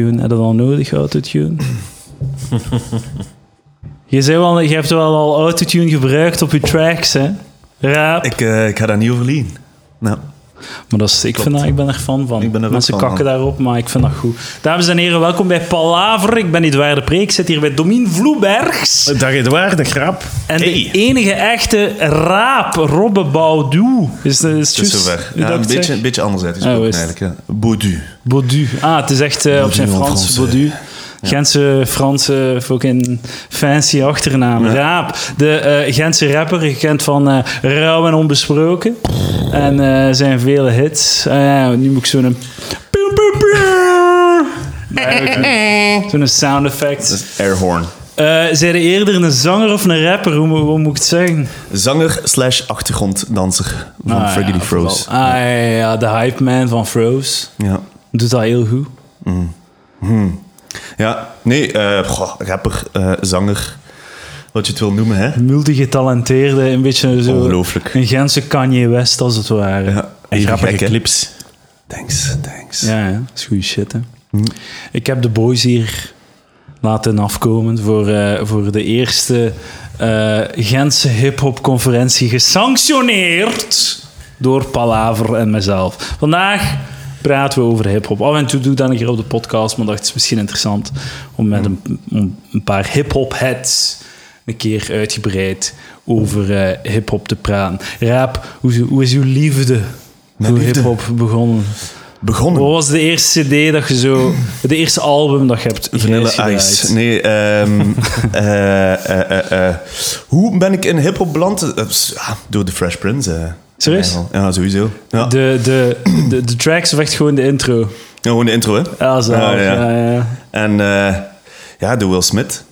Tune, heb je dat al nodig, autotune? je, zei wel, je hebt wel al autotune gebruikt op je tracks, hè? Raap. Ik, eh, ik ga daar niet over liegen. Nou, Maar dat is, ik, vind dat, ik ben er fan van. Ik ben er ook Mensen fan kakken daarop, maar ik vind dat goed. Dames en heren, welkom bij Palaver. Ik ben Edouard de Preek. Ik zit hier bij Domien Vloebergs. Dag Edouard, de grap. En Hey. de enige echte raap, Robbe Baudou. Is, is het is juist zover. hoe Ja, dat een, ik het beetje, zeg? een beetje anders Ah, uitgesproken hoe is het? eigenlijk. hè. Baudu. Baudu. Ah, het is echt eh, op zijn en Frans. Frans, Baudu. Gentse, Franse, fucking fancy achternaam. Raap. De eh, Gentse rapper, gekend van eh, Rauw en Onbesproken. En eh, zijn vele hits. Ah ja, nu moet ik zo'n... een pew, pew, pew. Nee, eigenlijk niet. Zo'n sound effect. Dat is airhorn. Eh zijn er eerder een zanger of een rapper? Hoe, hoe moet ik het zeggen? Zanger slash achtergronddanser van Ah, Freddy ja, the Froze. Ah ja, ja, ja, de hype man van Froze. Ja. Doet dat heel goed. ja, nee, eh, goh, rapper, eh, zanger, wat je het wil noemen, hè. Multigetalenteerde, een beetje zo... Ongelooflijk. Een Gentse Kanye West, als het ware. Ja, En even grappige gek, hè. clips. Thanks, thanks. Ja, ja, dat is goede shit, hè. Ik heb de boys hier laten afkomen voor, eh, voor de eerste eh, Gentse hip-hop-conferentie, gesanctioneerd door Palaver en mezelf. Vandaag praten we over hip-hop. Af en toe doe ik dat een keer op de podcast, maar ik dacht het is misschien interessant om met een, om een paar hip-hop-heads een keer uitgebreid over eh, hip-hop te praten. Raap, hoe, hoe is uw liefde voor liefde? hip-hop begonnen? Begonnen. Wat was de eerste CD dat je zo. De eerste album dat je hebt Vanilla grijs Ice. gedraaid? Nee, ehm, eh, eh, eh, eh. hoe ben ik in hip-hop beland? Eh, s- ah, door de Fresh Prince. eh. Serieus? Ja, sowieso. Ja. De, de, de, de tracks of echt gewoon de intro. Ja, gewoon de intro, hè. Ja, zo. Ah, ja. ja. Ja, En eh, ja, door Will Smith.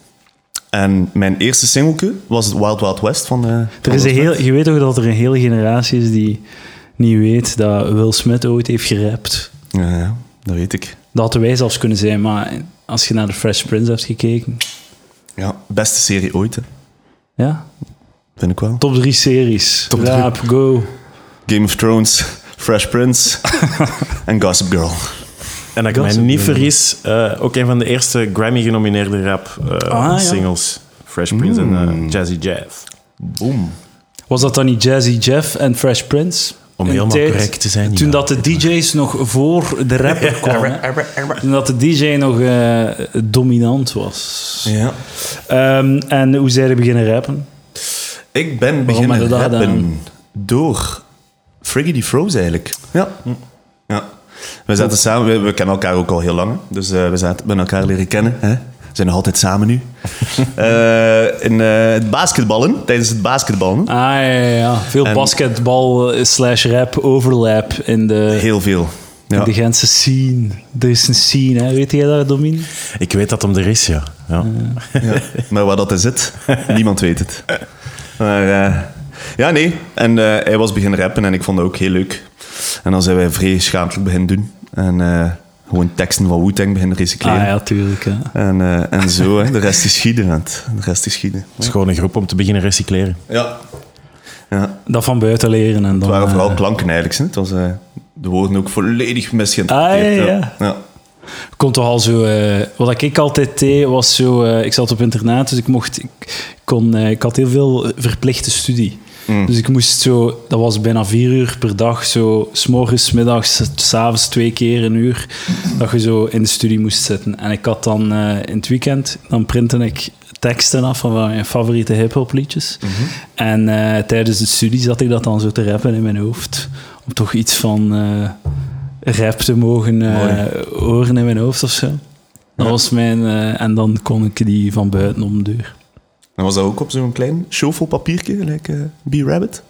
En mijn eerste singeltje was Wild Wild West van... eh, van Er is Will een heel, Smith. je weet toch dat er een hele generatie is die niet weet dat Will Smith ooit heeft gerapt. Ja, ja, dat weet ik. Dat hadden wij zelfs kunnen zijn, maar als je naar de Fresh Prince hebt gekeken. Ja, beste serie ooit, hè. Ja? vind ik wel. Top drie series. Top drie. Raap, go. Game of Thrones, Fresh Prince en Gossip Girl. En dat ik Dat is mij ook niet wel. vergis, eh, ook een van de eerste Grammy-genomineerde rap eh, ja. singles. Fresh Prince en eh, Jazzy Jeff. Boom. Was dat dan niet Jazzy Jeff en Fresh Prince? Om Een helemaal correct te zijn, Toen ja. dat de DJ's nog voor de rapper kwamen. hè. Toen dat de DJ nog eh, dominant was. Ja. Ehm, en hoe zij er beginnen rappen? Ik ben heb je beginnen dat rappen gedaan? door Friggy die Froze eigenlijk. Ja. ja. We zaten samen, we, we kennen elkaar ook al heel lang. hè. Dus eh, we zaten met elkaar leren kennen. Hè? We zijn nog altijd samen nu. Eh, in eh, het basketballen, tijdens het basketballen. Ah ja, ja, ja. Veel En- basketbal eh, slash rap overlap in de, Heel veel. in Ja. de Gentse scene. Er is een scene, hè? weet jij dat, Domin? Ik weet dat hem er is, ja. ja. Ja. Maar waar dat is zit, niemand weet het. Maar eh, ja, nee. En eh, hij was beginnen rappen en ik vond dat ook heel leuk. En dan zijn wij vrij schaamtelijk beginnen doen. En eh, gewoon teksten van Wu-Tang beginnen recycleren. Ah ja, tuurlijk. Hè. En, eh, en zo, hè. de rest is schieden. want De rest is schieden. Het is gewoon een groep om te beginnen recycleren. Ja. ja. Dat van buiten leren en dan... Het waren eh, vooral klanken eigenlijk. hè. Het was, eh, de woorden ook volledig misgeïnterpreteerd. Ah, ja, ja. Ja. kon toch al zo. eh, wat ik altijd deed was zo. eh, ik zat op internaat, dus ik mocht. Ik, kon, eh, ik had heel veel verplichte studie. Dus ik moest zo. Dat was bijna vier uur per dag. Zo. S'morgens, 's middags, s'avonds twee keer een uur. Dat je zo in de studie moest zitten. En ik had dan eh, in het weekend. Dan printte ik teksten af van mijn favoriete hip-hop liedjes. Mhm. En eh, tijdens de studie zat ik dat dan zo te rappen in mijn hoofd. Om toch iets van. eh, rap te mogen eh, horen in mijn hoofd of zo. Dat was mijn... eh, en dan kon ik die van buiten om de deur. En was dat ook op zo'n klein shovelpapiertje, gelijk eh, B-Rabbit?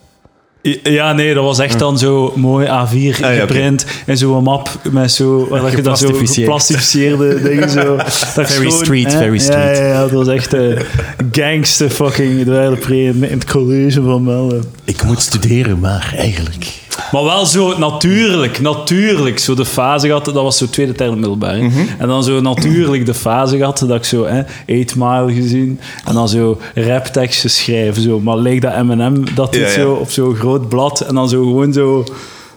Ja, nee, dat was echt dan zo mooi Ah, A4 ja, oké. geprint in zo'n map met zo... Waar dat je dan zo Geplastificeerd. geplastificeerde dingen zo... Dat je Very gewoon, street, hè? very street. Ja, ja, ja, dat was echt eh, gangster fucking dwergpree in in het college van Melle. Ik moet studeren, maar eigenlijk... Maar wel zo natuurlijk, natuurlijk. Zo de fase gehad, dat was zo tweede term middelbaar. hè. Mhm. En dan zo natuurlijk de fase gehad dat ik zo hè, 8 Mile gezien. En dan zo rapteksten schrijven. Zo. Maar leek dat M&M dat dit Ja, ja. zo op zo'n groot blad. En dan zo gewoon zo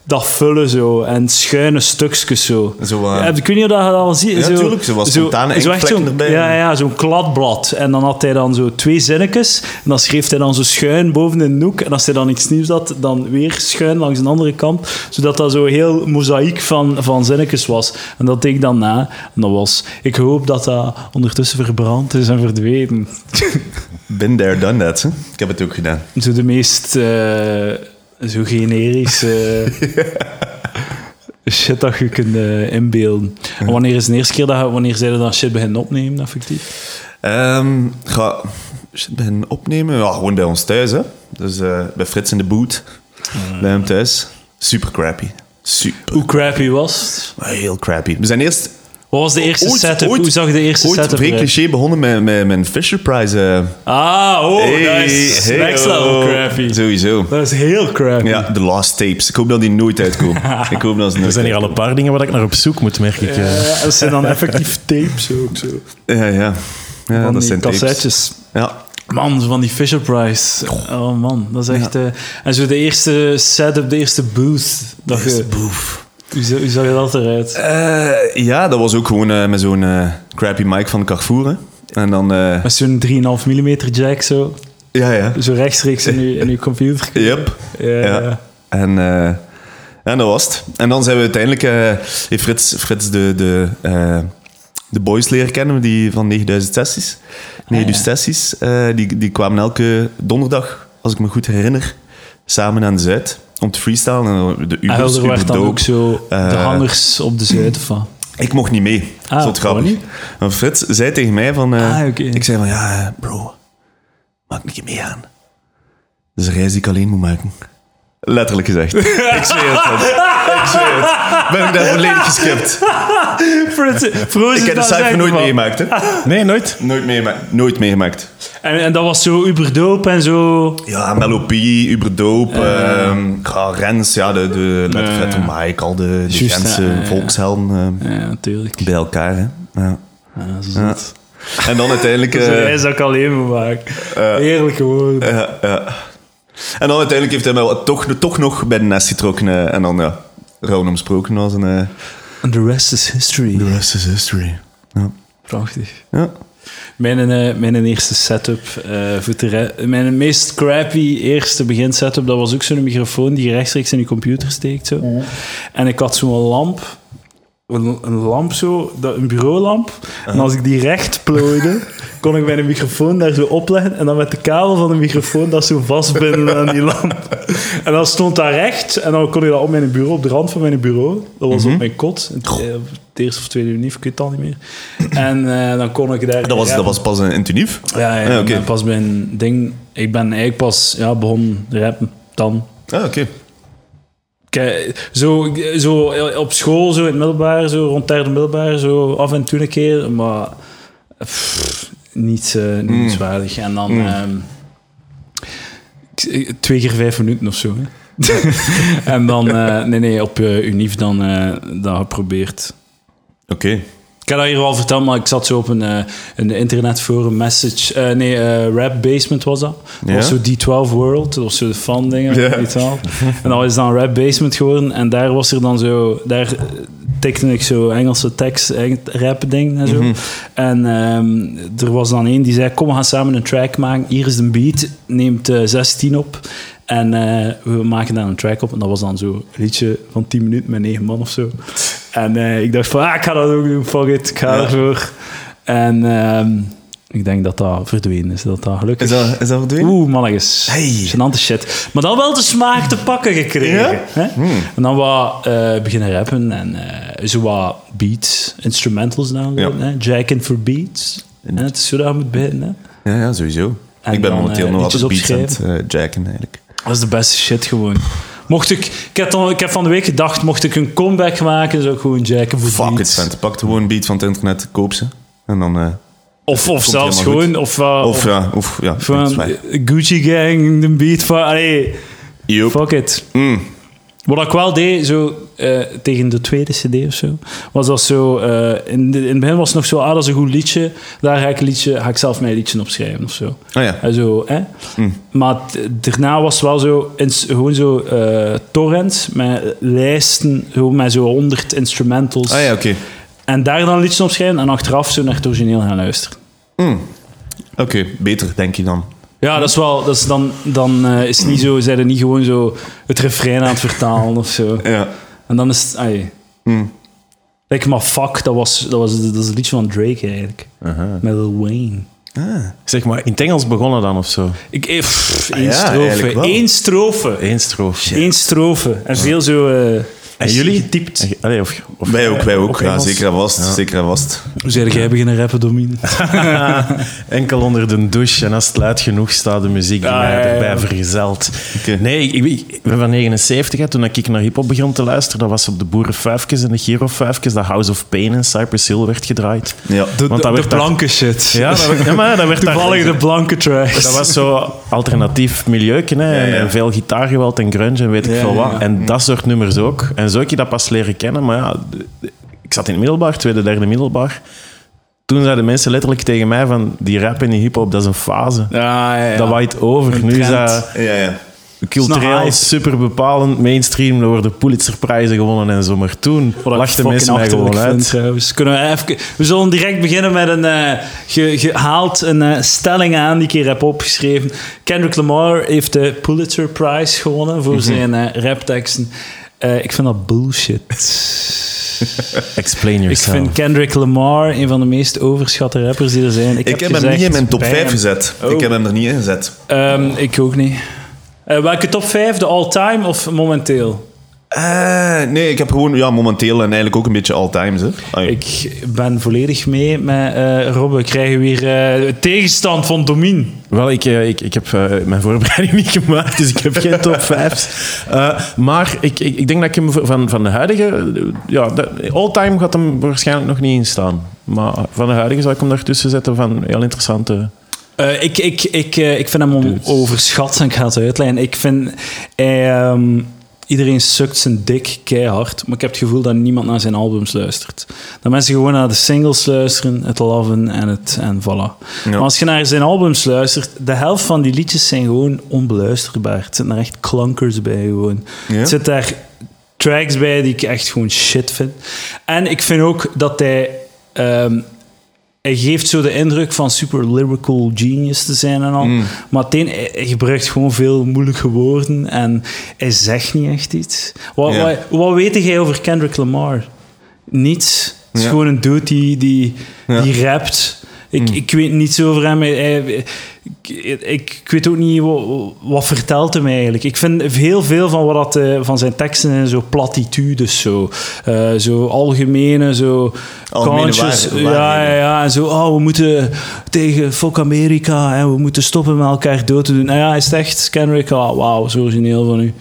dat vullen zo. En schuine stukjes zo. Zo, eh, Ja, ik weet niet of dat je dat al ziet. Ja, zo, tuurlijk, zo wat spontane zo echt inkvlekken zo'n- erbij. Ja, ja, zo'n kladblad. En dan had hij dan zo twee zinnetjes. En dan schreef hij dan zo schuin boven in de hoek. En als hij dan iets nieuws had, dan weer schuin langs een andere kant. Zodat dat zo heel mozaïek van, van zinnetjes was. En dat deed ik dan na. En dat was... Ik hoop dat dat ondertussen verbrand is en verdwenen. Been there, done that. Hè? Ik heb het ook gedaan. Zo de meest... eh, zo generische... Shit dat je kunt eh, inbeelden. En wanneer is de eerste keer dat je, wanneer zij dan shit begint opnemen, effectief? Ehm, ga shit beginnen opnemen. Ja, gewoon bij ons thuis, hè. Dus eh, bij Frits in de boot. Bij hem thuis. Super crappy. Super. Hoe crappy was het? Maar Heel crappy. We zijn eerst Wat was de eerste ooit... setup? ooit, Hoe zag de eerste ooit setup vrij eruit? cliché begonnen met, met, met een Fisher Prize. eh. Ah, oh, Hey, dat is hey, next level oh. crappy. Sowieso. Dat is heel crappy. Ja, de last tapes. Ik hoop dat die nooit uitkomen. Ik hoop dat ze nooit Er zijn hier al uitkomen. een paar dingen waar ik naar op zoek moet, merk ik. eh. Ja, dat zijn dan effectief tapes ook zo. Ja, ja. ja Van dat die zijn tapes. cassettes. Ja. Man, van die Fisher Price. Oh man, dat is echt. eh, en zo de eerste setup, de eerste booth. Dat je, Hoe, za- hoe zag je dat eruit? Eh, ja, dat was ook gewoon eh, met zo'n eh, crappy mic van Carrefour. hè. En dan... eh, Met zo'n 3,5 mm jack zo. ja, ja. Zo rechtstreeks in je, in je computer. Yep. Ja, Ja. ja. En, eh, en dat was het. En dan zijn we uiteindelijk eh, heeft Frits, Frits de, de, eh, de boys leren kennen, die van 9000 sessies. 9000 sessies, eh, die, die kwamen elke donderdag, als ik me goed herinner, samen aan de Zuid om te freestylen. En de En Ubers, Ah, Helder werd dan Uberdoop. ook zo de eh, hangers op de zuiden van. Ik mocht niet mee. Ah, dat is gewoon grappig. niet? En Frits zei tegen mij van... eh, Ah, oké. Ik zei van, ja, eh, bro, maak een keer mee aan. Dat is een reis die ik alleen moet maken. Letterlijk gezegd. ik zweer het. man. Ik zweer het. Ben ik daar volledig geskipt. Frozen Ik heb de cijfer nooit meegemaakt, hè. Nee, nooit. Nooit meegemaakt. Nooit meegemaakt. En, en dat was zo uberdoop en zo. Ja, Melopie, Uberdoop, ehm ja, Rens, ja, de, de Letterfred ja. Mike, al de, de Juist, Gentse ja, ja. volkshelden eh, Ja, natuurlijk. bij elkaar, hè. Ja. Ja, Ah, zo Ja. zot. En dan uiteindelijk... Dat is een eh, reis dat ik alleen moet maken. Heerlijk gewoon. Ja, ja. En dan uiteindelijk heeft hij mij wel toch, toch nog bij de nest getrokken. eh, En dan, ja, Ron omsproken was. En, eh, And the rest is history. rest is history. Ja. Prachtig. Ja. Mijn, eh, mijn eerste setup eh, voor te re- Mijn meest crappy eerste beginsetup, dat was ook zo'n microfoon die je rechtstreeks in je computer steekt. Zo. Mhm. En ik had zo'n lamp. Een, een lamp zo, dat, een bureaulamp. En als ik die recht plooide, kon ik mijn microfoon daar zo opleggen. En dan met de kabel van de microfoon dat zo vastbinden aan die lamp. En dan stond dat recht. En dan kon ik dat op mijn bureau, op de rand van mijn bureau. Dat was Mhm. op mijn kot. in het- eh, op Het eerste of tweede unie, ik weet het al niet meer. En eh, dan kon ik daar... Dat, was, dat was pas eh, een intunief. Ja, ja, Ah, ik oké. ben pas bij een ding. Ik ben eigenlijk pas ja, begonnen rappen dan. Ah, oké. Kijk, zo, zo op school, zo in het middelbaar, zo rond derde middelbaar, zo af en toe een keer, maar pff, niet, eh, niet Mm. zwaardig. En dan ehm, ik- twee keer vijf minuten of zo. Hè. en dan, eh, nee, nee, op eh, Unif dan eh, dat geprobeerd. Oké. Ik heb dat hier wel verteld, maar ik zat zo op een, eh, een internetforum message. eh, nee, eh, Rap Basement was dat. Dat Ja. was zo D12 World, dat was zo de fan dingen. Ja. weet je wel. En dat is dan Rap Basement geworden. En daar was er dan zo... Daar eh, tikte ik zo Engelse tekst, eng- rap ding en zo. Mhm. En ehm, er was dan één die zei, kom we gaan samen een track maken. Hier is een beat, neemt eh, 16 op. En eh, we maken daar een track op. En dat was dan zo een liedje van 10 minuten met 9 man of zo. En eh, ik dacht van, ah, ik ga dat ook doen, fuck it, ik ga Ja. ervoor. En ehm, ik denk dat dat verdwenen is, dat dat gelukkig Is dat, is dat verdwenen? Oeh, mannetjes. Hey. Genante shit. Maar dan wel de smaak te pakken gekregen. Ja? Hmm. Hè? En dan wat eh, beginnen rappen en eh, zo wat beats, instrumentals downloaden. Ja. Hè? Jacking for beats. En het is zo dat je moet beginnen. hè. Ja, ja, sowieso. En ik ben dan, momenteel eh, nog altijd liedjes beats aan het eh, jacken, eigenlijk. Dat is de beste shit gewoon. Mocht ik, ik, heb dan, ik heb van de week gedacht, mocht ik een comeback maken, zou ik gewoon Jacking for Fuck it, beats. vent. Pak gewoon een beat van het internet, koop ze. En dan... eh, Of, Komt of zelfs helemaal gewoon, of, eh, of, ja, of... Ja, dat is van waar. Gucci Gang, de beat van... Allee, Joep. fuck it. Mm. Wat ik wel deed, zo, eh, tegen de tweede cd of zo, was dat zo... eh, in, de- in het begin was het nog zo, ah, dat is een goed liedje. Daar ga ik, een liedje, ga ik zelf mijn liedje op schrijven of zo. Oh ja. Hm. En zo, hè? Maar t- daarna was het wel zo, ins- gewoon zo eh torrents met lijsten, zo, met zo 100 instrumentals. Ah ja, oké. En daar dan liedjes op schrijven en achteraf zo naar het origineel gaan luisteren. Oké, beter denk je dan. Ja, dat is wel, dat is dan, dan eh, is het niet zo, zijn er niet gewoon zo het refrein aan het vertalen of zo. Ja. En dan is het, ai. Hmm. Like, maar fuck, dat was, dat was dat is het liedje van Drake eigenlijk. Met Lil Wayne. Zeg maar, in het Engels begonnen dan of zo. Ik, eh, pff, Ah één ja, strofe, eigenlijk wel. één strofe. Eén stroof. Eén strofe. En veel zo... eh, En jullie? Getypt. Allee, of, of- Wij ook, wij ook. Of Ja, Engels. zeker en vast. Zeker en vast. Hoe zei jij beginnen rappen, Domine? Enkel onder de douche en als het luid genoeg staat, de muziek die Ah, mij ja, ja, erbij ja. vergezelt. Oké. Nee, ik, ik- ik ben van 79, hè. toen ik naar hip-hop begon te luisteren, dat was op de Boerenvijfjes en de Girofuifjes, dat House of Pain en Cypress Hill werd gedraaid. Ja. De, Want dat de, werd daar- blanke shit. Ja, dat werd, ja, maar dat werd daar- Toevallig de blanke tracks. Dat was zo alternatief milieu, hè? ja. en veel gitaargeweld en grunge en weet ik Ja, veel ja, wat. ja. En dat soort nummers ook. En zo heb je dat pas leren kennen, maar ja, de- de- ik zat in het middelbaar, tweede, derde middelbaar. Toen zeiden mensen letterlijk tegen mij van, die rap en die hip-hop, dat is een fase. ja, ja, ja. Dat waait over. Een nu is trend. dat Ja, ja. Snap cultureel je? super bepalend, mainstream, er worden Pulitzerprijzen gewonnen en zo. Maar toen Wat ik lachten fucking mensen mij achterlijk gewoon vind, uit. trouwens. Kunnen we, even, we zullen direct beginnen met een... eh, ge- ge- haalt een eh, stelling aan die ik hier heb opgeschreven. Kendrick Lamar heeft de Pulitzer Prize gewonnen Mhm. voor zijn eh, rapteksten. Eh, ik vind dat bullshit. Explain ik yourself. vind Kendrick Lamar een van de meest overschatte rappers die er zijn. Ik, Ik heb hem gezegd niet in mijn top bij 5 hem. gezet. Oh. Ik heb hem er niet in gezet. Ehm, ik ook niet. Eh, welke top 5? De all-time of momenteel? Eh, nee, ik heb gewoon ja, momenteel en eigenlijk ook een beetje all-times. Hè. Allee. Ik ben volledig mee met eh Rob. We krijgen weer eh, tegenstand van Domien. Wel, ik, eh, ik, ik heb eh, mijn voorbereiding niet gemaakt, dus ik heb geen top 5. maar ik, ik, ik denk dat ik hem voor- van, van de huidige... eh, Ja, de- all-time gaat hem waarschijnlijk nog niet in staan. Maar van de huidige zou ik hem daartussen zetten van heel interessante... Eh, ik, ik, ik, eh, ik vind hem om- overschat en ik ga het uitleggen. Ik vind... hij, ehm, iedereen sukt zijn dik keihard, maar ik heb het gevoel dat niemand naar zijn albums luistert. Dat mensen gewoon naar de singles luisteren, het loven en het... En voilà. Maar als je naar zijn albums luistert, de helft van die liedjes zijn gewoon onbeluisterbaar. Het zitten er echt klankers bij gewoon. Ja? Het zit daar tracks bij die ik echt gewoon shit vind. En ik vind ook dat hij... ehm, hij geeft zo de indruk van super lyrical genius te zijn en al. Mm. Maar meteen, hij hij gebruikt gewoon veel moeilijke woorden en hij zegt niet echt iets. Wat, Ja. wat, wat weet jij over Kendrick Lamar? Niets. Het is Ja. gewoon een dude die, die, Ja. Mm. die rapt. Ik, ik weet niets over hem. Hij- hij- ik, ik weet ook niet wat, wat vertelt hem eigenlijk. Ik vind heel veel van, wat dat, eh, van zijn teksten zijn zo platitudes. Zo, Eh, zo algemene, zo Algemene conscious. waar- ja, waarheden. ja, ja, en zo, oh, we moeten tegen fuck Amerika en we moeten stoppen met elkaar dood te doen. Nou ja, is het echt, Kendrick, oh, wauw, zo origineel van u.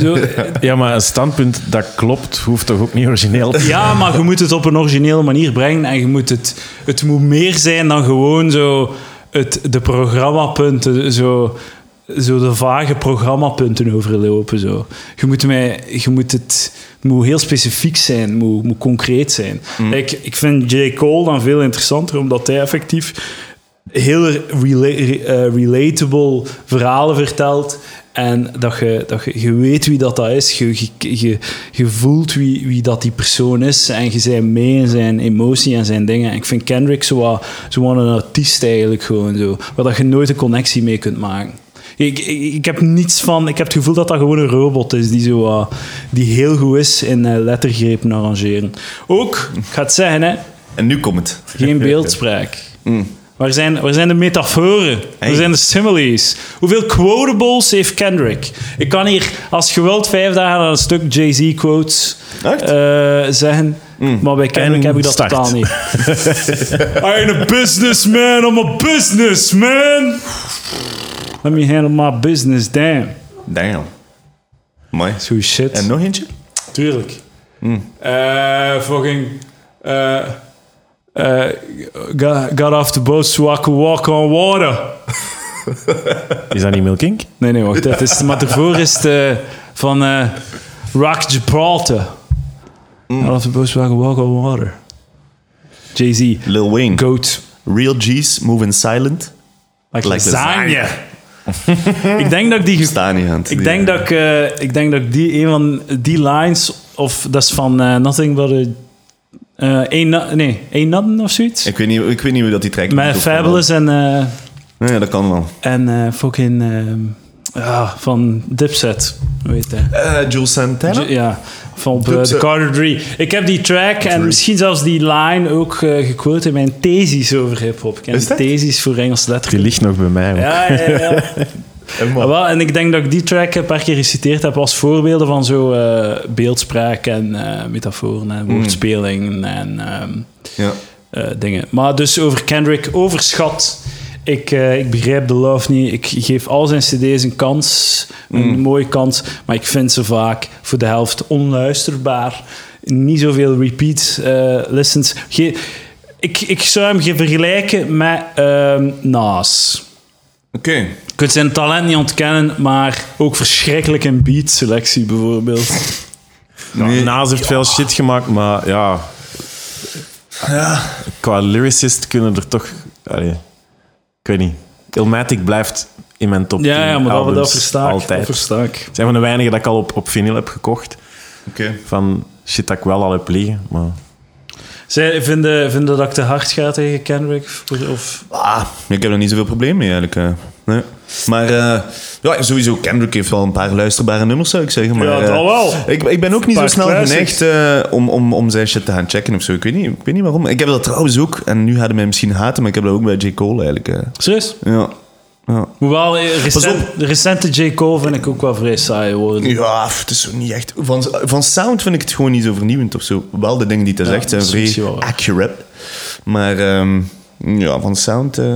Zo, Ja, maar een standpunt dat klopt, hoeft toch ook niet origineel te ja, maar je moet het op een originele manier brengen en je moet het, het moet meer zijn dan gewoon zo het, de programmapunten, zo, zo de vage programmapunten overlopen. Zo. Je, moet mij, je moet het moet heel specifiek zijn, moet, moet concreet zijn. Ik, ik vind J. Cole dan veel interessanter, omdat hij effectief heel rela- re- eh, relatable verhalen vertelt. En dat je, dat je, je weet wie dat, dat is. Je, je, je, je voelt wie, wie dat die persoon is. En je bent mee in zijn emotie en zijn dingen. En ik vind Kendrick zo wat- zo wat een artiest eigenlijk gewoon zo. Waar dat je nooit een connectie mee kunt maken. Ik, ik, ik heb niets van... Ik heb het gevoel dat dat gewoon een robot is die, zo, wat- die heel goed is in eh, lettergrepen arrangeren. Ook, ik ga het zeggen, hè, En nu komt het. geen beeldspraak. Waar, zijn, waar zijn de metaforen? Hmm. Hey. Waar zijn de similes? Hoeveel quotables heeft Kendrick? Ik kan hier, als je wilt, vijf dagen aan een stuk Jay-Z quotes Echt? Hmm. eh, zeggen. Maar bij Kendrick En heb ik dat start. totaal niet. I'm a businessman, I'm a businessman. Let me handle my business, damn. Damn. Mooi. Zo shit. En nog eentje? Tuurlijk. Eh, fucking. eh, eh, got, got off the boat so I could walk on water. Is dat niet Milking? Nee, nee, wacht. Dat is, maar daarvoor is het eh, van. eh, Rock Gibraltar. Out of the boats where I can walk on water. Jay-Z. Lil Wayne. Goat. Real G's moving silent. Like, Like lasagne. ik denk dat ik die... ge- Staan niet aan het- Ik denk, dat ik, eh, ik denk dat ik die een van die lines, of dat is van eh, Nothing But a... eh, Ain't No- nee, Ain't Nothing of zoiets. Ik weet niet, ik weet niet hoe dat die track... Met dat kan Fabulous en, eh, wel. Ja, dat kan wel. en eh, fucking... ehm, ah, van Dipset, weet je. Eh Jules Santana? Ja, van op, eh, de Dubstep. Carter 3. Ik heb die track en misschien zelfs die line ook eh gequote in mijn thesis over hip-hop. Ik ken Is dat? thesis voor Engels Die letterlijk. ligt nog bij mij. man. Ja, ja, ja. Eh, Ah, man. wel, en ik denk dat ik die track een paar keer geciteerd heb als voorbeelden van zo eh, beeldspraak en eh, metaforen en woordspeling en ehm, Ja. eh, dingen. Maar dus over Kendrick, overschat. Ik, eh, ik begrijp de love niet. Ik geef al zijn cd's een kans, een mooie kans. Maar ik vind ze vaak voor de helft onluisterbaar. Niet zoveel repeat eh, listens. Ge- ik, ik zou hem ge- vergelijken met ehm Nas. Oké. Je kunt zijn talent niet ontkennen, maar ook verschrikkelijk in beatselectie bijvoorbeeld. Nou, Nee. Naast heeft veel shit gemaakt, maar ja. Qua lyricist kunnen er toch. Allee, ik weet niet. Ilmatic blijft in mijn top 10 Ja, ja maar dat, albums dat versta ik. altijd. Dat versta ik. Het zijn van de weinigen dat ik al op, op vinyl heb gekocht. Oké. Van shit dat ik wel al heb liggen. Maar Zij vinden, vinden dat ik te hard ga tegen Kendrick? Of- Of, Ah, ik heb er niet zoveel probleem mee eigenlijk. eh. Nee. Maar eh, ja, sowieso, Kendrick heeft wel een paar luisterbare nummers, zou ik zeggen. Maar, Ja, dat eh, wel. Ik, ik ben ook niet zo Paar snel classics. geneigd eh, om, om, om zijn shit te gaan checken of zo. Ik weet, niet, ik weet niet waarom. Ik heb dat trouwens ook, en nu hadden mij misschien haten, maar ik heb dat ook bij J. Cole eigenlijk. eh. Serieus? Ja. Ja. Hoewel, eh, recent- Pas de recente J. Cole vind ik ook wel vrij saai worden. Ja, pff, het is zo niet echt. Van, van sound vind ik het gewoon niet zo vernieuwend of zo. Wel de dingen die hij zegt zijn dat is vrij misschien wel waar. accurate. Maar ehm, ja, van sound. eh,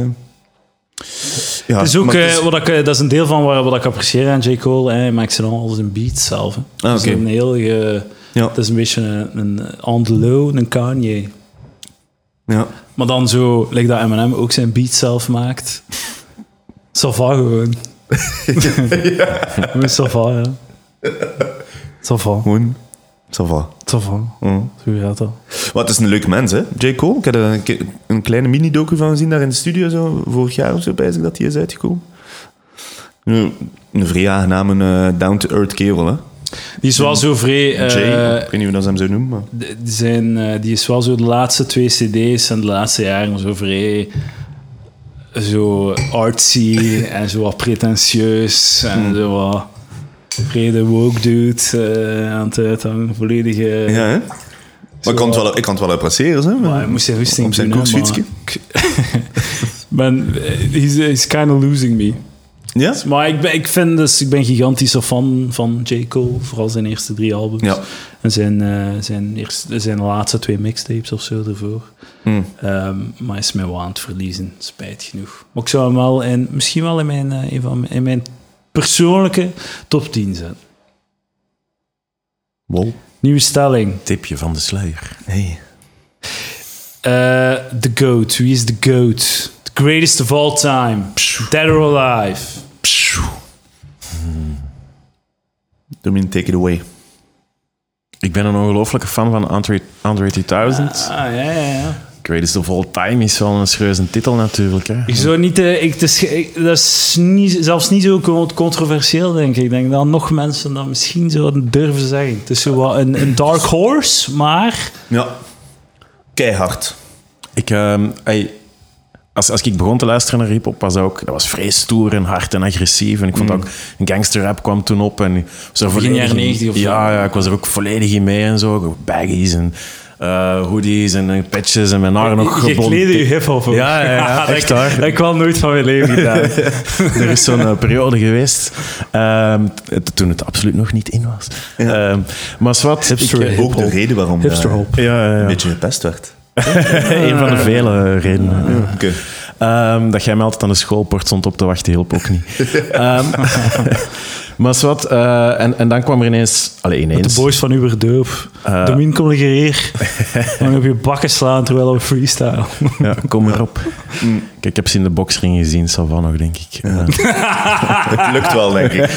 ja, Het is ook, maar het eh, wat ik, eh, dat is een deel van waar, wat ik apprecieer aan J. Cole. Hij maakt zijn al zijn beat zelf. hè. Dat is Ah, oké. een heel... eh, Ja. Het is een beetje een, een on the low, een Kanye. ja. Maar dan zo, like dat Eminem ook zijn beat zelf maakt. Sava gewoon. ja. Sava, ja. Sava, Gewoon, ça va. Sava. Mm. Zo gaat dat. Maar het is een leuke mens, hè? J. Cole. Ik had er een, ke- een kleine mini-docu van gezien daar in de studio, zo, vorig jaar of zo, bij dat hij is uitgekomen. Een, een vrij aangename eh, down-to-earth kerel, hè? Die is wel zo vrij... eh, Jay, ik weet niet hoe dat ze hem zo noemen, maar... de- die, zijn, eh, die is wel zo de laatste twee cd's en de laatste jaren zo vrij... Zo artsy en zo wat pretentieus en Mm. zo wat... Vrij de woke dude eh, aan het uithangen. Volledige... Ja, hè? Maar ik kan het wel, ik kan het wel appreciëren, hè? Maar hij moest zijn hoesting Op zijn doen, hè, koersfietsje. maar- Man, eh, he's, he's kind of losing me. Ja? Maar ik ben, ik, vind dus, ik ben gigantische fan van J. Cole. Vooral zijn eerste drie albums. Ja. En zijn, eh, zijn, eerste, zijn laatste twee mixtapes of zo ervoor. Hmm. Ehm, maar hij is mij wel aan het verliezen. Spijt genoeg. Maar ik zou hem wel in, misschien wel in mijn, eh, een van mijn- in mijn persoonlijke top 10 zetten. wow. Nieuwe stelling. Tipje van de sluier. Hey. Eh, the GOAT. Wie is de GOAT? The greatest of all time. Dead or alive. Dominic, take it away. Ik ben een ongelofelijke fan van Andre, Andre 2000. Ah, ja, ja, ja. Greatest of dus all time is wel een serieuze titel natuurlijk. Hè. Ik zou niet... eh, ik, het is, ge- ik- dat is niet, zelfs niet zo con- controversieel, denk ik. Ik denk dat nog mensen dat misschien zouden durven zeggen. Het is zo wat een, een dark horse, maar... Ja. Keihard. Ik, ehm, ey, als, als ik begon te luisteren naar hip-hop, was dat ook. Dat was vrij stoer en hard en agressief. En ik vond ook. Een gangsterrap kwam toen op. En ik was er volledig Hmm. jaren in- 90 of zo. Ja, ja, ik was er ook volledig in mee en zo. Baggies en eh, hoodies en eh, patches en mijn haar nog je gebonden. kleedde je hip-hop ook. Ja, ja, ja, dat echt ik- waar. Dat ik wel nooit van mijn leven gedaan. er is zo'n eh, periode geweest ehm, t- toen het absoluut nog niet in was. Ehm, maar zwart, ik, Hipster eh, hip. Ook de reden waarom dat Hipster een hop. ja, ja, ja. beetje gepest werd. een van de vele redenen. Ja, Oké. Ehm, dat jij mij altijd aan de schoolpoort stond op te wachten, hielp ook niet. Ehm, Maar zwart, eh, en, en dan kwam er ineens... Allee, De ineens. boys van Uber Deup. Eh. Domin, kom liggen hier. Dan op je bakken slaan terwijl we freestyle. Ja, kom erop. Kijk, ik heb ze in de boxring gezien, Savannah, denk ik. Ja. Het lukt wel, denk ik.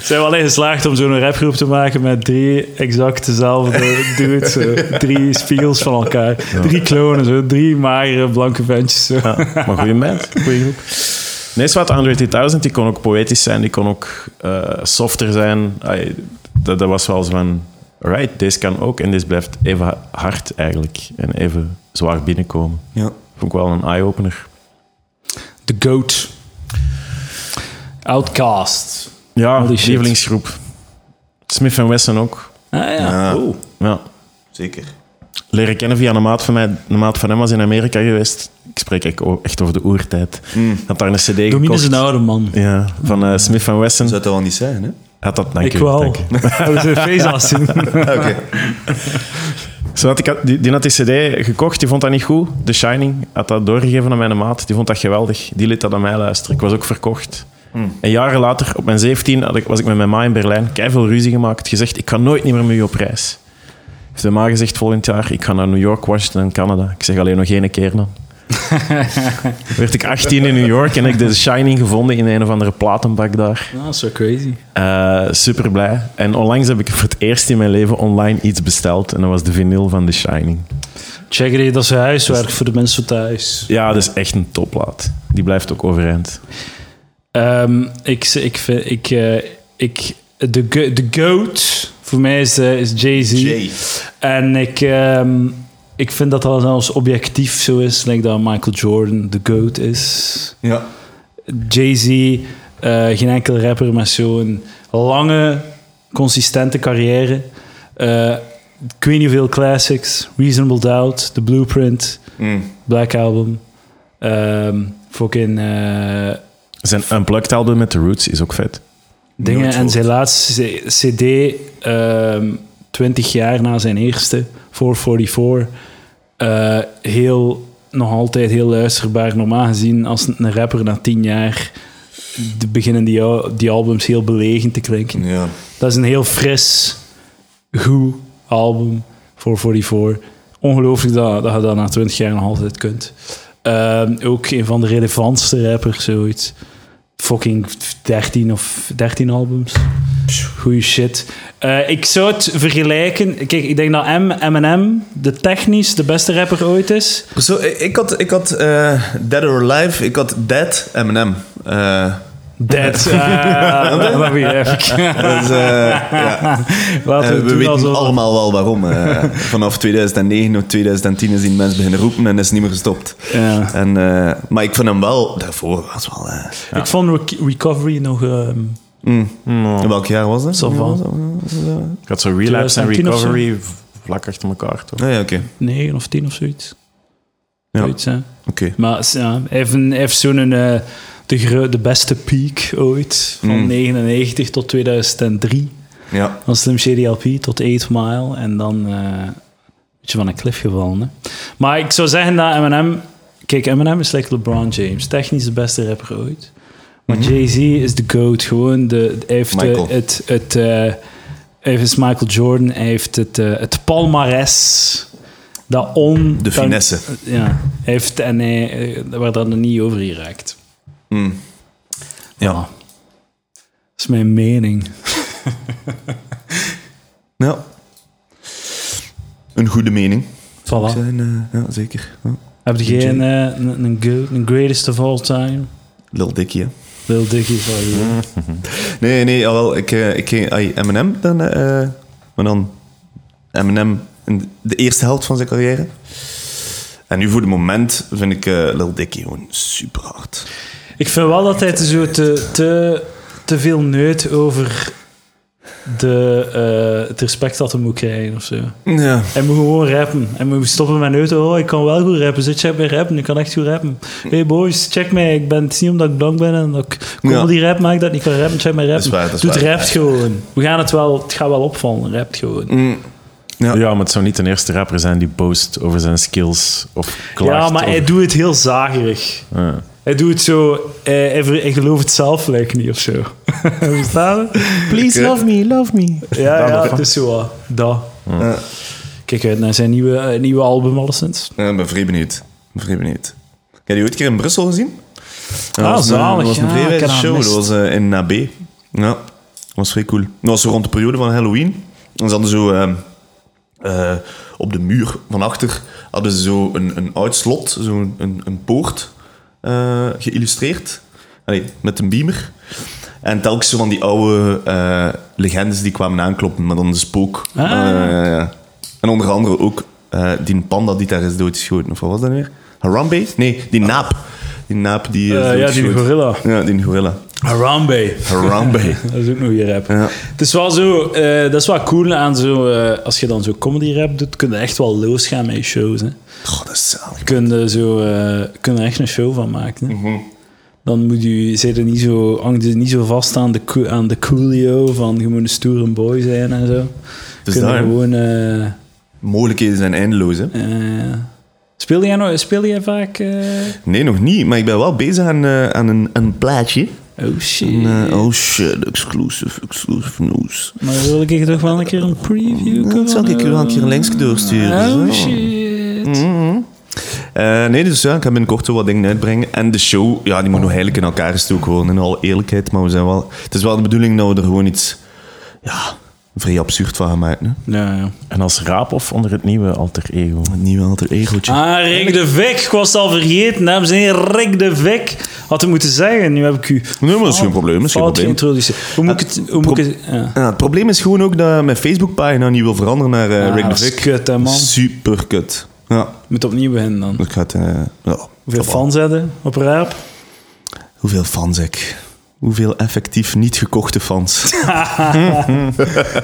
Zijn we alleen geslaagd om zo'n rapgroep te maken met drie exact dezelfde dudes. zo. Drie spiegels van elkaar. Drie klonen, zo. drie magere blanke ventjes. zo. Eh, Ja, maar goede meid, goede groep. Nee, zwart, Android 2000, die kon ook poëtisch zijn, die kon ook eh, softer zijn. Ai, dat, dat was wel zo van, right, deze kan ook en deze blijft even hard eigenlijk en even zwaar binnenkomen. Ja. Vond ik wel een eye-opener. The Goat. Outcast. Ja, Holy shit. lievelingsgroep. Smith Wesson ook. Ah ja. Ja. Oh. Ja. Zeker. Leren kennen via een maat van mij. Een maat van hem was in Amerika geweest. Ik spreek echt o- echt over de oertijd. Had daar een cd Domin is gekocht. een oude man. Ja, van eh, Smith Wesson. Zou het dat wel niet zeggen, hè? Had dat, dank Ik u, wel. dank u. Dat is een face afzien. Oké. Zo had ik, die, die had die cd gekocht, die vond dat niet goed. The Shining had dat doorgegeven aan mijn maat. Die vond dat geweldig. Die liet dat aan mij luisteren. Ik was ook verkocht. En jaren later, op mijn 17, had ik, was ik met mijn ma in Berlijn. veel ruzie gemaakt. Gezegd, ik ga nooit niet meer met u op reis. Heeft de ma gezegd, volgend jaar, ik ga naar New York, Washington en Canada. Ik zeg alleen nog één keer dan. Werd ik 18 in New York en heb ik The Shining gevonden in een of andere platenbak daar. Dat is Ah, zo crazy. super blij. En onlangs heb ik voor het eerst in mijn leven online iets besteld. En dat was de vinyl van The Shining. Check it, dat is huiswerk voor de mensen thuis. Ja, dat is echt een topplaat. Die blijft ook overeind. Ehm, ik, z- ik, vind- ik, eh, ik, de, go- de GOAT voor mij is, eh, is Jay-Z. Jay. En ik, ehm, ik vind dat dat zelfs objectief zo is, denk dat Michael Jordan de GOAT is. Ja. Jay-Z, eh, geen enkele rapper met zo'n lange, consistente carrière. Eh, ik weet niet hoeveel classics. Reasonable Doubt, The Blueprint, Mm. Black Album. Ehm fucking eh, Zijn Unplugged album met The Roots is ook vet. dingen. Nooit En gehoord. zijn laatste c- CD, ehm 20 jaar na zijn eerste, 444. eh, heel, nog altijd heel luisterbaar. Normaal gezien, als een rapper na 10 jaar. de- beginnen die, al- die albums heel belegend te klinken. Ja. Dat is een heel fris, goed album voor 44. Ongelooflijk dat, dat je dat na 20 jaar nog altijd kunt. Ehm, ook een van de relevantste rappers, zoiets. Fucking 13 of 13 albums. Goeie shit. Eh, ik zou het vergelijken. Kijk, ik denk dat M- Eminem de technisch de beste rapper ooit is. Zo, ik ik had, ik had eh, Dead or Alive, ik had Dead M&M. Eh, Dead. Ah, dat begrijp ik. dat is, eh, ja. Laten Eh, we, we doen weten alsof- allemaal wel waarom. eh. vanaf 2009 of 2010 is die mens beginnen roepen en is niet meer gestopt. Ja. En, eh, maar ik vind hem wel, daarvoor was wel... eh, Ik vond Rec- Recovery nog... ehm, In welk jaar was dat? Oh. Zo van. Ik had zo Relapse en 2010 of zo. Recovery v- vlak achter elkaar, toch? Ah, ja, oké. 9 of 10 of zoiets. Ja. Zoiets, hè. Oké. Maar s- ja, hij heeft, een- hij heeft zo'n... eh, de, gro- de beste piek ooit. Van 99 tot 2003. Ja. Van Slim Shady LP tot 8 Mile. En dan eh, een beetje van een cliff gevallen. Hè. Maar ik zou zeggen dat Eminem... Kijk, Eminem is like LeBron James. Technisch de beste rapper ooit. Maar Jay-Z is de GOAT. Gewoon de... Hij heeft eh, Mhm. Michael. het... het eh, hij is Michael Jordan. Hij heeft het, eh, het palmares. Dat on... De dat- finesse. ja, hij heeft en hij, eh, waar dat nog niet over geraakt. Mm. Ja. Dat is mijn mening. Ja. Een goede mening. Voilà. Zijn, eh, ja, zeker. Ja. Heb jij een, eh, een, een go- een greatest of all time? Lil Dickie, hè. Lil Dicky van je. Nee, nee, jawel. Ik, eh, ik ging ai, M&M dan. eh, eh, maar dan M&M in de eerste helft van zijn carrière. En nu voor het moment vind ik eh, Lil Dicky gewoon super hard. Ik vind wel dat hij te zo te, te, te veel neut over de, eh, het respect dat hij moet krijgen of zo. Ja. Hij moet gewoon rappen. Hij moet stoppen met neuten. Oh, ik kan wel goed rappen. Zit jij bij rappen? Ik kan echt goed rappen. Hey boys, check mij. Ik ben, het is niet omdat ik blank ben en dat ik Ja. comedy rap maak dat ik niet kan rappen. Check mij rappen. is waar, dat is Doe het waar. rapt gewoon. We gaan het wel, het gaat wel opvallen. Rapt gewoon. Ja. Ja, maar het zou niet de eerste rapper zijn die boast over zijn skills of klaagt. ja, maar hij over- doet het heel zagerig. Ja. Hij doet het zo... Hij, hij, ver- hij gelooft het zelf lijkt niet of zo. Verstaan? je? Please Ik, eh, love me, love me. Ja, ja, nog. het is zo wat. Dat. Ja. Kijk uit naar zijn nieuwe, eh, nieuwe album, alleszins. Ja, ik eh, ben vrij benieuwd. Ik ben vrij benieuwd. Ik heb die ooit een keer in Brussel gezien. Dat Ah, was, eh, zalig. Dat was een Ja, vrij ik wijze had dat show. Dat gemist. was eh, in NAB. Ja, dat was vrij cool. Dat was zo rond de periode van Halloween. En ze hadden zo... eh, eh, op de muur van achter hadden ze zo een, een oud slot, zo'n een, een poort, eh, geïllustreerd. Allee, met een beamer. En telkens zo van die oude eh, legendes die kwamen aankloppen, maar dan de spook. Ah. Eh, en onder andere ook eh, die panda die daar is doodgeschoten. Of wat was dat weer? Harambe? Nee, die naap. Die naap die is Ah. Eh, ja, die doodgeschoten. gorilla. Ja, die gorilla. Harambe. Harambe. Dat is ook nog weer rap. Ja. Het is wel zo, eh, dat is wel cool aan zo, eh, als je dan zo comedy rap doet, kun je echt wel losgaan met je shows. Hè. God, dat is zalig. Kun je, zo, eh, kun je er echt een show van maken. Hè. Mhm. Dan moet je, zit er niet zo, hangt je niet zo vast aan de, coo- aan de coolio van je moet een stoere boy zijn en zo. kun Dus je daar, hè. gewoon... eh, Mogelijkheden zijn eindeloos, hè? eh, speel, jij nog, speel jij vaak... eh, Nee, nog niet. Maar ik ben wel bezig aan, eh, aan een, een plaatje. Oh shit. Een, eh, oh shit, exclusive, exclusive news. Maar wil ik toch wel een keer een preview Dat zal ik u wel een keer een linkje doorsturen. eh, Oh Zo. shit. Mhm. Eh, nee, dus ja, ik ga binnenkort zo wat dingen uitbrengen. En de show, ja, die moet nog eigenlijk in elkaar stoken worden, in alle eerlijkheid. Maar we zijn wel, het is wel de bedoeling dat we er gewoon iets ja, vrij absurd van gaan maken. Hè? Nou, Ja, ja. En als raaphof onder het nieuwe alter ego. Een nieuw alter egootje. Ah, Rick de Vek. Ik was het al vergeten, dames en heren. Rick de Vek. Had ik moeten zeggen. Nu heb ik u Oh, nee, maar dat is geen probleem. Dat is geen Ah, fout probleem. geïntroduceerd. Hoe moet ik het... Hoe moet ik het ja. Ja, het probleem is gewoon ook dat mijn Facebookpagina niet wil veranderen naar eh, Ah, Rick de dat is Vic. kut, hè, man. Super kut. Ja, Ik Moet opnieuw beginnen dan. ik ga het... eh, ja, Hoeveel fans hadden op raap? Hoeveel fans ik? Hoeveel effectief niet gekochte fans?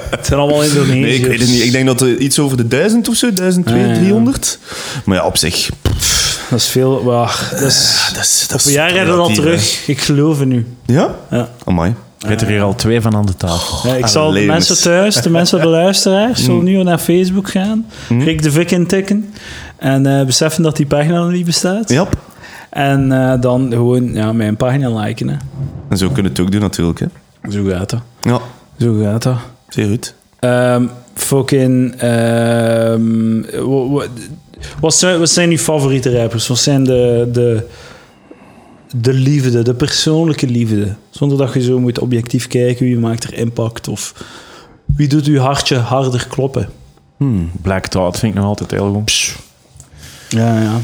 Het zijn allemaal Indonesiërs. Nee, ik weet het niet. Ik denk dat er iets over de 1000 of zo, 1200, Ah, ja. 300. Maar ja, op zich. pff, Dat is veel... Waar. Dat is... Dat is, dat is Op een jaar redden we dat relatief, hè. terug. Ik geloof in u. Ja? Ja. Amai. Je hebt er hier al twee van aan de tafel. Ja, ik zal de Alleen mensen Ah, is- Hmm. thuis, de mensen, de luisteraars, zullen nu naar Facebook gaan, Rick de Vik intikken en eh, beseffen dat die pagina nog niet bestaat. Ja. En eh, dan gewoon ja, mijn pagina liken. Hè. En zo kunnen we het ook doen natuurlijk. Hè. Zo gaat dat. Ja, Zo gaat dat. zeer goed. Ehm, fucking... ehm, wa- wa- wat, zijn, wat zijn uw favoriete rappers? Wat zijn de, de, de liefde, de persoonlijke liefde? Zonder dat je zo moet objectief kijken wie maakt er impact of... Wie doet uw hartje harder kloppen? Hmm, Black Thought vind ik nog altijd heel goed. Ja, ja.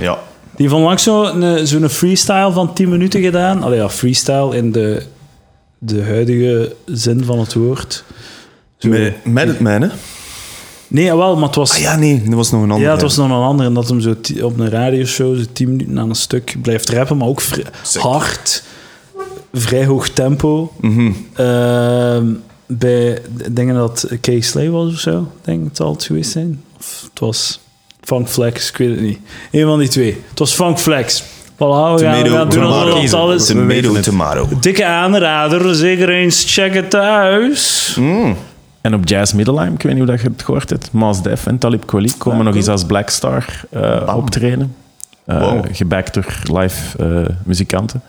Ja. Die heeft onlangs zo'n zo eh, zo'n freestyle van 10 minuten gedaan. Allee, ja, freestyle in de, de huidige zin van het woord. Zo. Met, met het mijne. Nee, wel, maar het was... Ah ja. ja, nee, dat was nog een andere. het was nog een ander. En dat hem zo ti- op een radioshow zo 10 minuten aan een stuk blijft rappen, maar ook vri- Sick. hard. Vrij hoog tempo. Mhm. Ehm, bij dingen dat Kay Slay was of zo, denk ik, het zal het geweest zijn. Of het was Funk Flex, ik weet het niet. Eén van die twee. Het was Funk Flex. Voilà, we gaan, we Tomato, gaan doen alsof tomato. dat alles... Tomato, tomato. Dikke aanrader, zeker eens checken Hm? thuis. Ah, En op Jazz Middellheim, ik weet niet hoe dat je het gehoord hebt, Mas Def en Talib Kweli komen nog eens als Black Star eh, optreden. Eh Wow. Gebackt door live eh, muzikanten.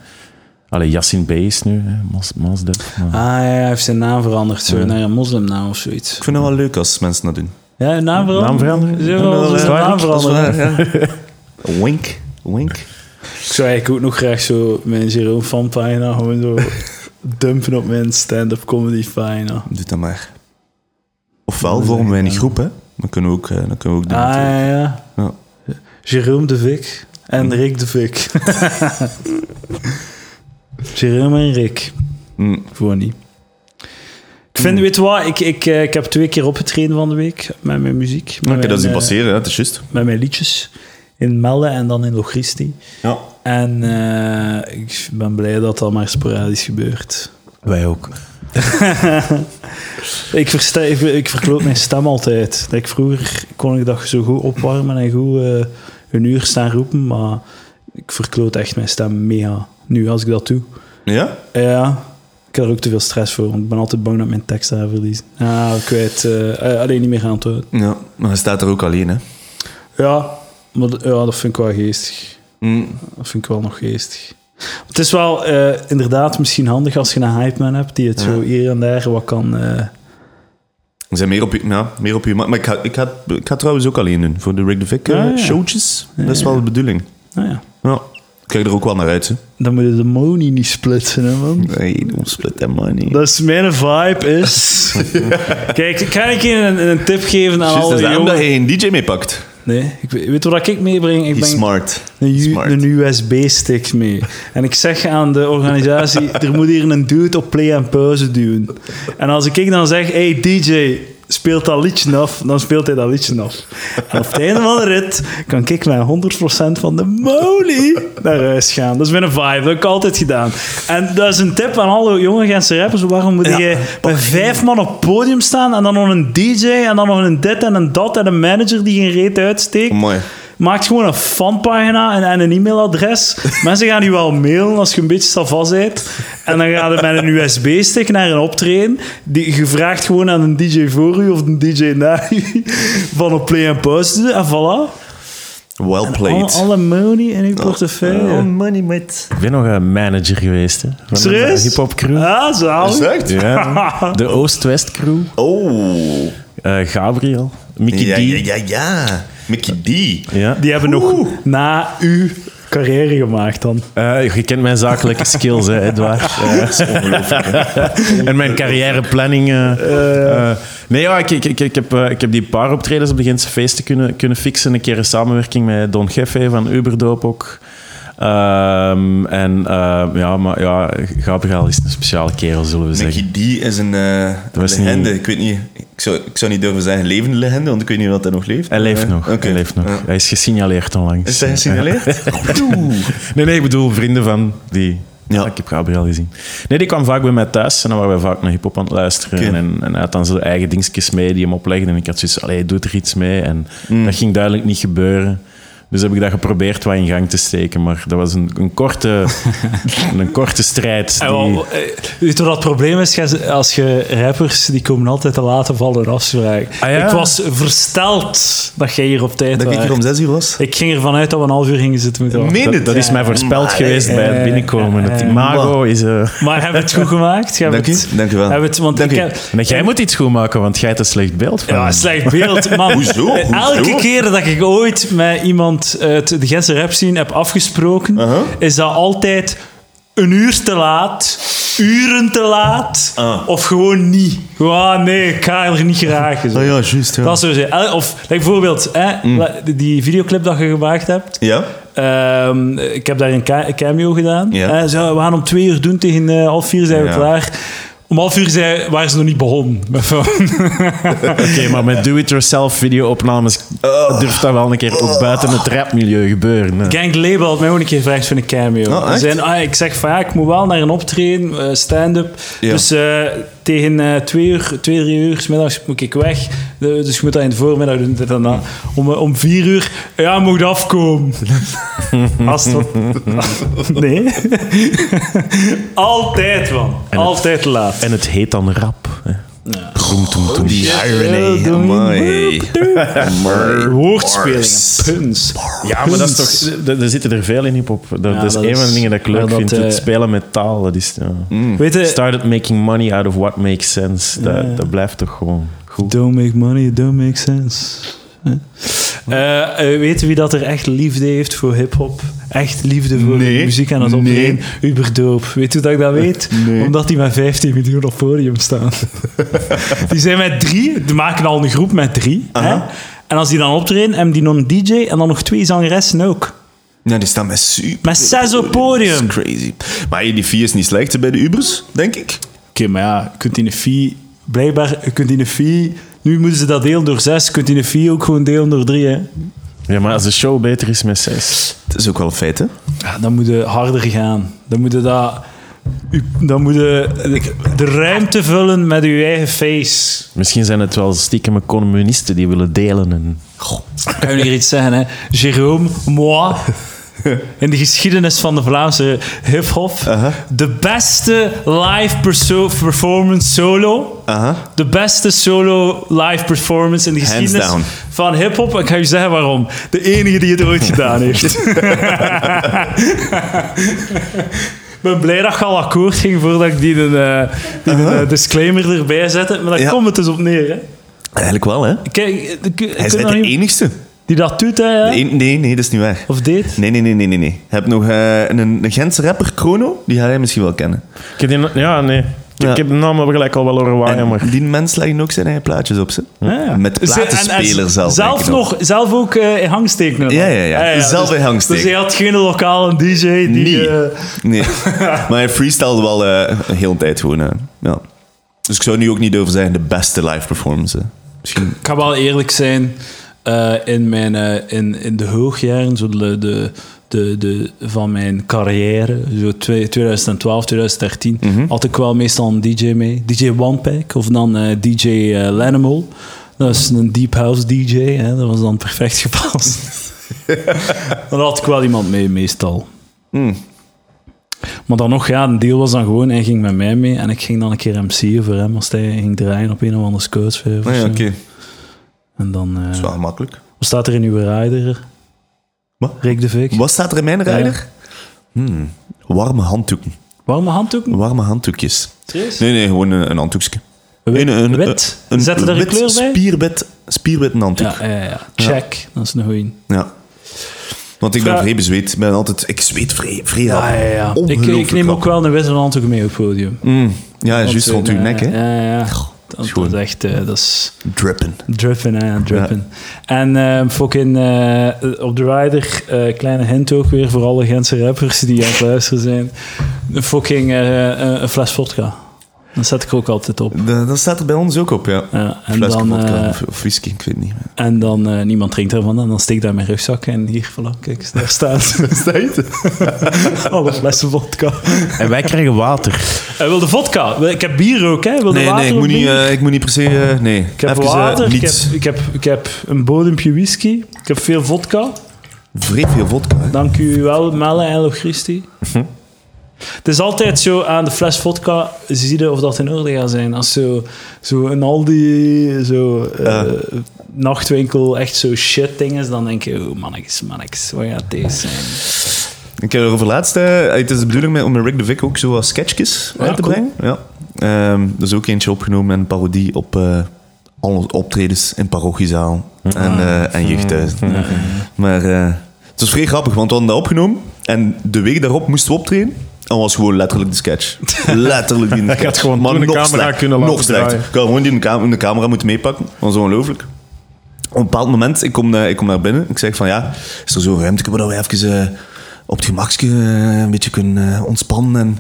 Allee, Yassin B is nu, hè. Mas, Mas Def. maar- Ah ja, hij heeft zijn naam veranderd zo, Hm. naar een moslimnaam of zoiets. Ik vind het wel leuk als mensen dat doen. Ja, een naam veranderen? Naam veranderen? Zo, Ja, dat is zijn waar, naam dat is veranderen. waar, ja. Wink, wink. Ik zou eigenlijk ook nog graag zo mijn Jeroen van pagina gewoon zo dumpen op mijn stand-up comedy pagina. Doe dat maar. Ofwel vormen wij een groep, hè. Dan kunnen we ook, eh, dan kunnen we ook doen. Ah natuurlijk. ja, ja. Ja. Jeroen de Vik en Rick de Vik. Jeroen en Rick. Mm. Gewoon niet. Ik vind, weet je wat, ik, ik, eh, ik heb twee keer opgetreden van de week met mijn muziek. Met Nou, Ik heb dat mijn, zien eh, passeren, hè. dat is juist. Met mijn liedjes. In Melle en dan in Lochristi. Ja. En eh, ik ben blij dat dat maar sporadisch gebeurt. Wij ook. Ik, versta, ik, ik verkloot mijn stem altijd. Dat ik vroeger kon ik dat zo goed opwarmen en goed eh, een uur staan roepen, maar ik verkloot echt mijn stem mega. Nu, als ik dat doe. Ja? Ja, ik heb er ook te veel stress voor, want ik ben altijd bang dat ik mijn tekst daar verlies. Ah, kwijt. eh, eh, alleen niet meer aan het houden. Ja, maar hij staat er ook alleen, hè? Ja, maar d- ja, dat vind ik wel geestig. Hm. Dat vind ik wel nog geestig. Het is wel eh, inderdaad misschien handig als je een hype man hebt die het zo hier en daar wat kan. eh, We zijn meer op, je- ja, meer op je ma- Maar ik ga, ik, ga, ik ga het trouwens ook alleen doen. Voor de Rick de Vic eh, Ah, ja. showtjes. Dat is wel de bedoeling. nou ja, Ja. Ik kijk er ook wel naar uit. Hè. dan moet je de money niet splitsen, hè, man. Nee, don't split that money. Dat is Dus mijn vibe is. Kijk, ik ga een keer een, een tip geven aan Juist, dat alle is daarom dat jongen. je een DJ mee pakt. Nee, ik weet, weet wat ik meebreng. Ik He's breng smart. een, U- smart. een USB-stick mee. En ik zeg aan de organisatie, er moet hier een dude op play en pauze duwen. En als ik dan zeg, hey DJ, speelt dat liedje af, dan speelt hij dat liedje af. En op het einde van de rit kan ik mijn 100% van de moly naar huis gaan. Dat is mijn vibe, dat heb ik altijd gedaan. En dat is een tip aan alle jonge Gentse rappers. Waarom moet je bij vijf man op het podium staan en dan nog een DJ en dan nog een dit en een dat en een manager die geen reet uitsteekt? Mooi. Maak gewoon een fanpagina en, en een e-mailadres. Mensen gaan je wel mailen als je een beetje savant bent. En dan gaan we met een USB-stick naar een optreden. Die, je vraagt gewoon aan een DJ voor u of een DJ na u van op play en pause. te doen. En voilà. Well Alle, played. alle money in uw Oh, portefeuille. money, mate. Ik ben nog een manager geweest, hè. Van Serieus? Een eh, hip-hop crew. Ah, Is zalig. dat echt? Ja. De Oost-West crew. Oh. Eh, Gabriel. Mickey Ja, D. ja, ja, ja. Mickey D. Ja. Die hebben nog na uw carrière gemaakt dan. Eh, je kent mijn zakelijke skills, hè, Edouard. en mijn carrièreplanning. eh, eh, nee, ja, ik, ik, ik, ik, heb, eh, ik heb die paar optredens op de Gentse feesten kunnen, kunnen fixen. Een keer een samenwerking met Don Geffe van Uberdoop ook. Ehm, en eh, ja, maar ja, Gabriel is een speciale kerel, zullen we zeggen. Mickey D is een eh was legende. niet- Ik weet niet. Ik zou, ik zou niet durven zeggen levende legende, want ik weet niet of hij nog leeft. Hij leeft Eh, nog. oké. Hij, leeft nog. Ja. hij is gesignaleerd onlangs. Is hij gesignaleerd? Oeh. Nee, nee, ik bedoel vrienden van die. Ja. Ah, Ik heb Gabriel gezien. Nee, die kwam vaak bij mij thuis en dan waren we vaak naar hip-hop aan het luisteren. Oké. En, en hij had dan zijn eigen dingetjes mee die hem oplegde. En ik had zoiets, allee, doe er iets mee. En Mm. dat ging duidelijk niet gebeuren. Dus heb ik dat geprobeerd wat in gang te steken. Maar dat was een, een, korte, een korte strijd. En die- wel, eh, Weet je wat het probleem is? Gij- Als je rappers, die komen altijd te laat of al een afspraak. Ah, ja? Ik was versteld dat jij hier op tijd Dat ik was. hier om zes uur was. Ik ging ervan uit dat we een half uur gingen zitten moeten wachten. Meen dat, het? dat is mij voorspeld geweest bij het binnenkomen. Het imago is... eh, Maar hebben we het goed gemaakt? Hebben Dank we u, het- dank u wel. hebben we het- want Dank ik u. Ehm, heb- en jij moet iets goed maken, want jij hebt een slecht beeld van Ja, hem. slecht beeld. Man, eh, Hoezo? Hoezo? Elke keer dat ik ooit met iemand uit de Gentse rap scene heb afgesproken, is dat altijd een uur te laat, uren te laat, Ah. of gewoon niet. Gewoon, ah, nee, ik ga er niet geraken. Oh zo. Ah ja, juist. Ja. Mm. Dat zou zijn. El- Of like, bijvoorbeeld, hè, la- die- die videoclip dat je gemaakt hebt. ja? Ehm, ik heb daar een ca- cameo gedaan. Ja. Hè, zo, we gaan om twee uur doen, tegen eh, half vier zijn we Ja. klaar. Om half uur zijn, waren ze nog niet begonnen. Oké, maar met do-it-yourself video-opnames durft dat wel een keer ook buiten het rapmilieu gebeuren. hè. Gang Label had mij ook een keer gevraagd voor een cameo. Oh, echt? Ze zeiden, ah, ik zeg vaak, ik moet wel naar een optreden, eh, stand-up. Ja. Dus eh, tegen eh, twee, uur, twee, drie uur 's middags moet ik weg. De- dus je moet dat in de voormiddag doen. dit en dat. Om, eh, om vier uur, ja, moet je afkomen. Als dat... Nee. Altijd, man. Altijd te laat. En het heet dan rap. Hè. Roem, toem, toem. Die Ja, irony. doe je. Mooi. Woordspelingen, puns. Ja, maar dat is toch... d- Er zitten er veel in hip-hop. Dat, dat is dat een van is- de dingen dat ik leuk maar dat, vind. eh, Mm. Het spelen met taal. Dat is, ja. Weet je, Started making money out of what makes sense. Dat, dat blijft toch gewoon goed. Don't make money, don't make sense. Huh? Eh, eh, weet u wie dat er echt liefde heeft voor hip-hop? Echt liefde voor Nee. muziek en het Nee. optreden? Uberdoop. Weet u dat ik dat weet? Omdat die met 15 miljoen op podium staan. die zijn met drie, die maken al een groep met drie. hè? En als die dan optreden, hebben die nog een DJ en dan nog twee zangeressen ook. Nou, die staan met super. Met zes op podium. Dat is crazy. Maar hey, die vier is niet slecht hè, bij de Ubers, denk ik. Oké, maar ja, je kunt in een fee... Blijkbaar, je kunt in een fee... Nu moeten ze dat delen door zes. Je kunt in een fee ook gewoon delen door drie, hè? Ja, maar als de show beter is met zes... Dat is ook wel een feit, hè? Ja, dan moet je harder gaan. Dan moet je, dat, u- dan moet je de- de ruimte vullen met je eigen face. Misschien zijn het wel stiekem communisten die willen delen. En... Ik kan jullie hier iets zeggen, hè. Jérôme, moi, in de geschiedenis van de Vlaamse hip-hop. De beste live perso- performance solo. Aha. De beste solo live performance in de geschiedenis down. van hip-hop. Ik ga je zeggen waarom. De enige die het ooit gedaan heeft. Ik ben blij dat je al akkoord ging voordat ik die, eh, die eh, disclaimer erbij zette. Maar daar Uh-huh. Ja. komt het dus op neer. Hè. Eigenlijk wel, hè? Kijk, eh, de- ik- Hij ik is weet net nog de niet- enigste. die dat doet, hè, ja? De en- nee, nee, dat is niet waar. Of deed. Nee, nee, nee, nee, nee. nee. Je hebt nog eh, een, een Gentse rapper, Chrono. Die ga jij misschien wel kennen. Ik heb die, ja, nee. Ik, Ja. ik heb de naam wel gelijk al wel horen waaien, En maar... die mens leggen ook zijn eigen plaatjes op ze. Ah, Ja. Met Ze- en- en platenspeler z- zelf. denk Zelf, ik nog, zelf ook eh, in hangsteek nog. Ja, ja, ja. Zelf in hangsteek. Dus hij had geen lokale DJ die... Nee. eh, Nee. maar hij freestyled wel eh een hele tijd gewoon. eh, ja. Dus ik zou nu ook niet durven zeggen de beste live performance. hè. Misschien. ik ga wel eerlijk zijn. eh, in, mijn, eh, in, in de hoogjaren zo de, de, de, de- van mijn carrière, zo twee- 2012, 2013, had ik wel meestal een DJ mee. DJ One Pack of dan eh, DJ eh Lanimal. Dat is een deep house DJ, hè. dat was dan perfect gepast. dan had ik wel iemand mee, meestal. Maar dan nog, ja, een deal was dan gewoon, hij ging met mij mee en ik ging dan een keer MC'en voor hem als hij ging draaien op een of andere scout. Nee, Ah oké. En dan... eh, Dat is wel gemakkelijk. wat staat er in uw rider? Wat? Rick de Vik. Wat staat er in mijn rijder? Hmm, Warme handdoeken. Warme handdoeken? Warme handdoekjes. Serieus? Nee, nee, gewoon eh, een, een handdoekje. Wit- Een, een, wit? Een, Zet er een een wit, kleur bij? Spierwit, spierwit handdoek. Ja, ja, ja. Check. Dat is een goeie. Ja. Want ik ben Ja. vrij bezweet. Ik ben altijd... Ik zweet vrij, vrij Ja, ja, ja. Ik, ik neem ook wel een witte handdoek mee op het podium. Mm. Ja, juist rond uw eh, nek, hè. Ja, ja. Dat- Dat gewoon- is echt... eh, dat is... Drippen. Drippin', hè, drippin'. En eh, fucking eh, op de rider, eh, kleine hint ook weer voor alle Gentse rappers die aan het luisteren zijn. Een Fucking eh, eh, een fles vodka. Dat zet ik er ook altijd op. Dat, dat staat er bij ons ook op, ja. Ja, en Flesje dan, vodka eh, of, of whisky, ik weet het niet meer. En dan, eh, niemand drinkt ervan. En dan steek ik daar mijn rugzak en hier, voilà, kijk, daar staat alle flessen vodka. En wij krijgen water. Hij wilde vodka. Wil- Ik heb bier ook, hè. Hij Wilde Nee, water nee, ik moet, of niet, bier? eh, ik moet niet per se... eh, nee. ik heb water, ik heb, ik, heb, ik heb een bodempje whisky, ik heb veel vodka. Vreet veel vodka, hè. Dank u wel, Melle en Lo Christi. Het is altijd zo aan de fles vodka, zie je of dat in orde gaat zijn. Als zo, zo een Aldi, zo eh, Ja. nachtwinkel, echt zo shit ding is, dan denk je, oh mannetjes, mannetjes, wat gaat deze zijn? Ik heb erover laatst... eh, het is de bedoeling met- om met Rick de Vic ook zo wat sketchjes Ja, uit te cool. brengen. Ja. Ehm, er is ook eentje opgenomen en een parodie op eh al onze optredens in parochiezaal en, eh en jeugdhuis. Maar eh, het was vrij grappig, want we hadden dat opgenomen en de week daarop moesten we optreden. En was gewoon letterlijk de sketch. Letterlijk die sketch. had gewoon toen de nog camera slecht- kunnen laten Nog slechter. draaien. Ik had gewoon die in de, cam- in de camera moeten meepakken. Dat was ongelooflijk. Op een bepaald moment, ik kom, eh, ik kom naar binnen. Ik zeg van ja, is er zo'n ruimte waar we even eh, op het gemakje eh, een beetje kunnen eh, ontspannen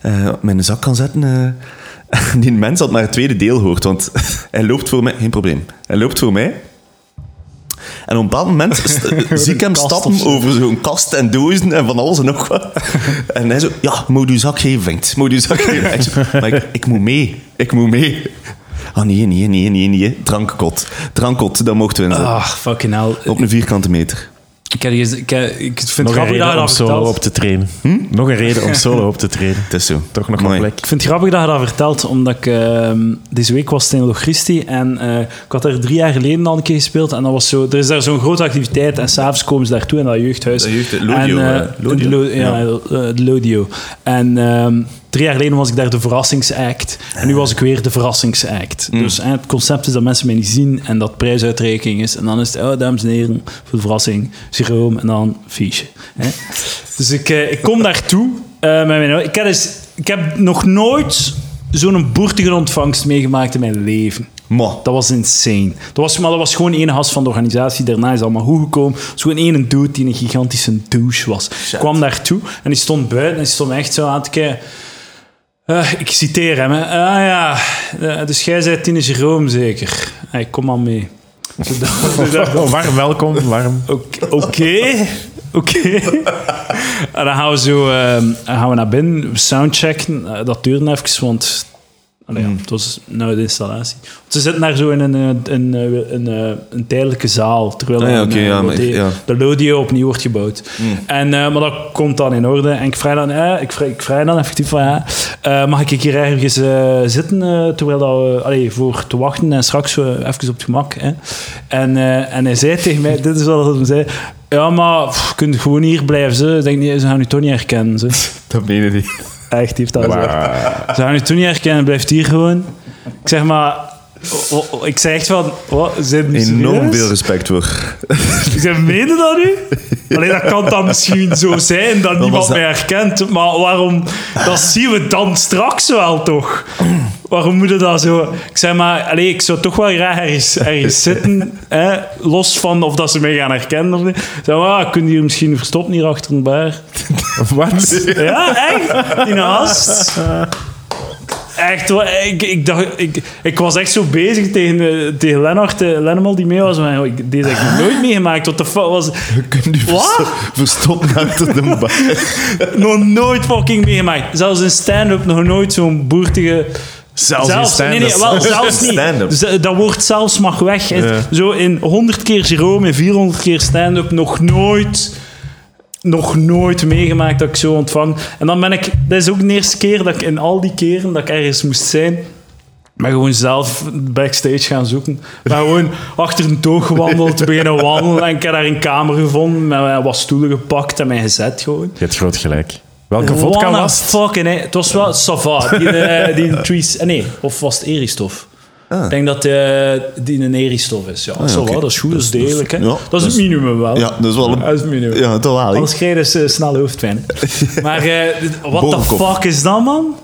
en eh mijn zak kan zetten. eh. Die mens had maar het tweede deel hoort, want hij loopt voor mij, geen probleem. Hij loopt voor mij. En op een bepaald moment st- zie ik hem Kast of stappen zo. over zo'n kast en dozen en van alles en nog wat. En hij zo, ja, moet uw zak geven, vindt. Moet uw zak geven. Ik zo, maar ik, ik moet mee. Ik moet mee. Ah, nee, nee, nee, nee, nee. Drankkot. Drankkot, dat mochten we inzetten. Ah, fucking hell. Op een vierkante meter. Ik, heb, je- ik, heb- ik vind Nog het een grappig dat je reden om dat solo vertelt. op te trainen. Hm? Nog een reden om solo op te trainen. Het is zo. Toch nog Amai. een plek. Ik vind het grappig dat je dat vertelt, omdat ik ehm, deze week was het in Lochristi en eh, ik had er drie jaar geleden al een keer gespeeld en dat was zo, er is daar zo'n grote activiteit en s'avonds komen ze daartoe in dat jeugdhuis. Dat jeugd- het En, Lodio, eh, eh, Lodio? het Lo- ja, eh, het Lodio. En ehm, drie jaar geleden was ik daar de verrassingsact en nu was ik weer de verrassingsact. Mm. Dus eh, het concept is dat mensen mij niet zien en dat prijsuitreiking is en dan is het, oh dames en heren, voor de verrassing, Siroom en dan fiche. hè. Dus ik, eh, ik kom daartoe. eh, met mijn, ik, heb dus- ik heb nog nooit zo'n boertige ontvangst meegemaakt in mijn leven. Ma. Dat was insane. Dat was, maar dat was gewoon één gast van de organisatie. Daarna is allemaal goed gekomen. Dat was gewoon één dude die een gigantische douche was. Ik kwam daartoe en die stond buiten en die stond me echt zo aan te kijken. Eh, ik citeer hem. Hè. Ah ja, eh, dus jij zei Tine Jerome zeker. Hey, kom maar mee. Dus dat- dus dat- Oh, warm welkom, warm. Oké. Oké. Oké. Ah, en dan gaan we zo ehm, dan gaan we naar binnen, soundchecken. Eh, dat duurde even, want Allee, Hmm. ja, het was nou de installatie. Want ze zitten daar zo in een, eh, een, eh, een, eh, een tijdelijke zaal, terwijl Ah ja, een, oké, eh, ja, maar ik- lode- ja. Hmm. de Lodeo opnieuw wordt gebouwd. En, eh, maar dat komt dan in orde. En ik vraag dan, eh, ik vraag, ik vraag dan effectief van, ja, eh, mag ik hier ergens eh, zitten, eh, terwijl dat we, allee, voor te wachten en straks eh, even op het gemak. Hè? En, eh, en hij zei tegen mij, dit is wat hij zei, ja, maar pff, kun je gewoon hier blijven. Ze, Ik denk, nee, ze gaan u toch niet herkennen. Ze. Dat meen je niet. Echt, die heeft dat gezegd. Ze gaan u toen niet herkennen, blijft hier gewoon. Ik zeg maar... o- o- o- ik zei echt van... Wat, zijn die Enorm serieus? veel respect voor. Ik zeg, meen je dat nu? Alleen dat kan dan misschien zo zijn dat niemand was dat- mij herkent. Maar waarom... Dat zien we dan straks wel, toch? Waarom moet je dat zo... Ik zeg maar... Allee, ik zou toch wel graag ergens, ergens zitten. Hè? Los van of dat ze mij gaan herkennen of niet. Ik zeg maar, ah, kunnen jullie misschien verstoppen hier achter een bar? Wat? Ja, echt? In haast. Echt, wa- ik, ik, dacht, ik, ik was echt zo bezig tegen, eh, tegen Lennart, eh, Lennemal die mee was. Maar, joh, ik, deze heb ik nog nooit meegemaakt. Wat de fuck was... Je kunt u Wat? versto- verstoppen achter de bar. Nog nooit fucking meegemaakt. Zelfs in stand-up nog nooit zo'n boertige... Zelfs in nee, nee, stand-up. wel, zelfs niet. Stand-up. Z- Dat woord zelfs mag weg. Zo in 100 keer Jerome en 400 keer stand-up nog nooit, nog nooit meegemaakt dat ik zo ontvang. En dan ben ik, dat is ook de eerste keer dat ik in al die keren dat ik ergens moest zijn, maar gewoon zelf backstage gaan zoeken. Maar gewoon achter een toog gewandeld, beginnen wandelen. En ik heb daar een kamer gevonden, met wat stoelen gepakt en mij gezet gewoon. Je hebt groot gelijk. Welke vodka What a was het? fucking, hè. Het was wel Sava. Die, eh, die trees, eh, nee, of was het Eristof? Ik denk dat eh, die een Eristof is. Ja, zo Ah. oké. wat, dat is goed, dat is Dat is- degelijk. hè. ja, dat is dat het is- minimum wel. Ja, dat is wel Dat is het een... minimum. Ja, toch wel. hè? Anders krijg je dus eh, snelle hoofdpijn. hè. maar eh, wat de Bovenkop. fuck is dat, man?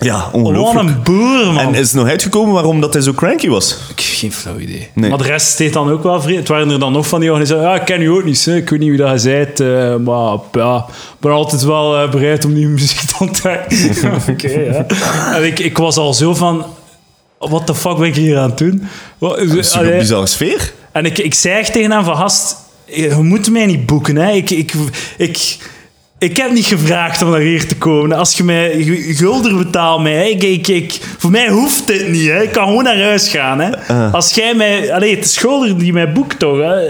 Ja, Wat ongelooflijk. een boer, man. En is het nog uitgekomen waarom dat hij zo cranky was? Ik heb geen flauw idee. Nee. Maar de rest steed dan ook wel vreemd. Het waren er dan nog van die organisaties. Ja, ik ken u ook niet, hè. ik weet niet wie dat je bent. eh, maar ja, ik ben altijd wel eh, bereid om die muziek te ontdekken. Oké, ja. En ik, ik was al zo van... Wat de fuck ben ik hier aan het doen? Wat- Dat is toch Allee, een bizarre sfeer. en ik, ik zei echt tegen hem van, gast, je moet mij niet boeken. Hè. Ik, ik, ik, ik heb niet gevraagd om naar hier te komen. Als je mij gu- gulden betaalt, mij, hè. Ik, ik, ik- voor mij hoeft dit niet. Hè. Ik kan gewoon naar huis gaan. Hè. Eh. Als jij mij... Allee, het is schulder die mij boekt, toch? Hè.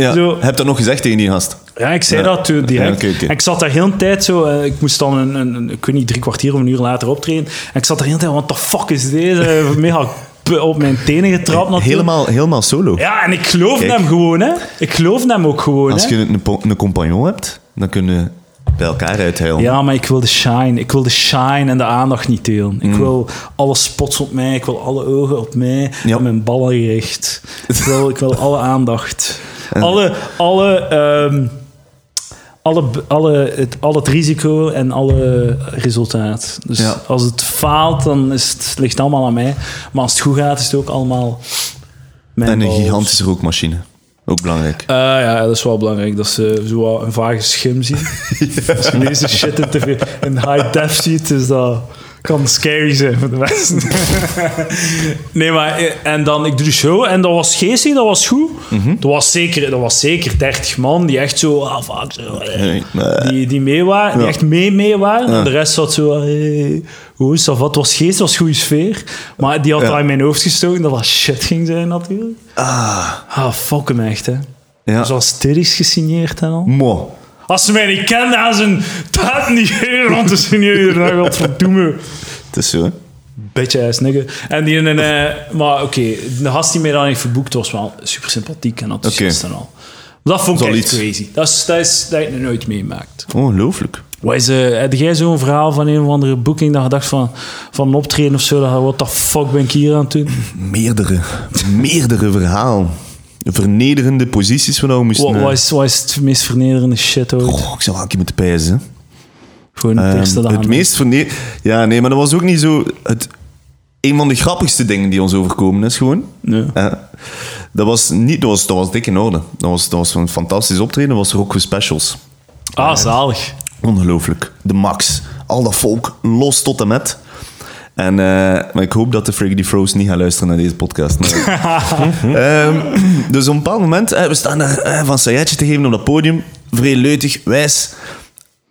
Ja. Zo. Heb dat nog gezegd tegen die gast? Ja, ik zei Ja. dat toen direct. Ja, oké, oké. En ik zat daar heel de tijd zo... eh, ik moest dan een, een, een- ik weet niet, drie kwartier of een uur later optreden. En ik zat daar heel de tijd... Wat de fuck is Eh, deze? Mega p- op mijn tenen getrapt natuurlijk. Helemaal, helemaal solo. Ja, en ik geloof Kijk. hem gewoon, hè. Ik geloof hem ook gewoon, Als hè. je een, po- een compagnon hebt, dan kunnen we bij elkaar uithuilen. Ja, maar ik wil de shine. Ik wil de shine en de aandacht niet delen. Mm. Ik wil alle spots op mij. Ik wil alle ogen op mij. Ja. En mijn ballen gericht. Ik wil, ik wil alle aandacht. Alle... alle ehm, alle, alle, het, al het risico en alle resultaat. Dus Ja. als het faalt, dan is het, ligt het allemaal aan mij. Maar als het goed gaat, is het ook allemaal mijn En een ballen. gigantische rookmachine. Ook belangrijk. Eh, ja, dat is wel belangrijk. Dat ze zo wat een vage schim zien. Als je deze shit in, tv, in high def ziet, is dat, kan scary zijn voor de mensen. nee, maar eh, en dan, ik doe de show en dat was geestig, dat was goed. dat, was zeker, dat was zeker 30 man die echt zo, ah, vaak zo, eh, Nee, maar- die, die mee waren, die Ja. echt mee mee waren. En de rest zat zo, eh, gewoon, ça va. het was geest, het was goede sfeer. Maar die had Ja. dat in mijn hoofd gestoken dat dat shit ging zijn natuurlijk. Ah, fuck hem echt, hè. Dus Ja. Zoals Terry's gesigneerd en al. Mo. Als ze mij niet kennen, gaan ze een taart niet hier rond te signeren. Dan gaat het doen. Het is zo, hè. Beetje ass nigga. En die een... eh, maar oké, de gast die mij dan heeft verboekt was wel super sympathiek en enthousiast en al. Maar dat vond ik Dat is echt wel crazy. Dat is, dat is dat je het nog nooit meemaakt. Ongelooflijk. Wat is, eh, heb jij zo'n verhaal van een of andere boeking dat je dacht van, van een optreden of zo, dat je, what the fuck ben ik hier aan het doen? Meerdere. Meerdere verhaal. Vernederende posities waar we moesten... Wat, eh, wat, is, wat is het meest vernederende shit ooit? Goh, ik zou wel een keer moeten pijzen. hè. Gewoon het eerste Ehm, dat het aan- meest verneer... Ja, nee, maar dat was ook niet zo... Het... Een van de grappigste dingen die ons overkomen is gewoon... Nee. Eh, dat was niet... Dat was, dat was dik in orde. Dat was, dat was een fantastisch optreden. Dat was Rock with Specials. Ah, zalig. Ongelooflijk. De max. Al dat volk, los tot en met. En, eh, maar ik hoop dat de Freaky the Froze niet gaan luisteren naar deze podcast. Maar- Ehm, dus op een bepaald moment, eh, we staan daar eh, van sailletje te geven op dat podium. Vrij leutig, wijs.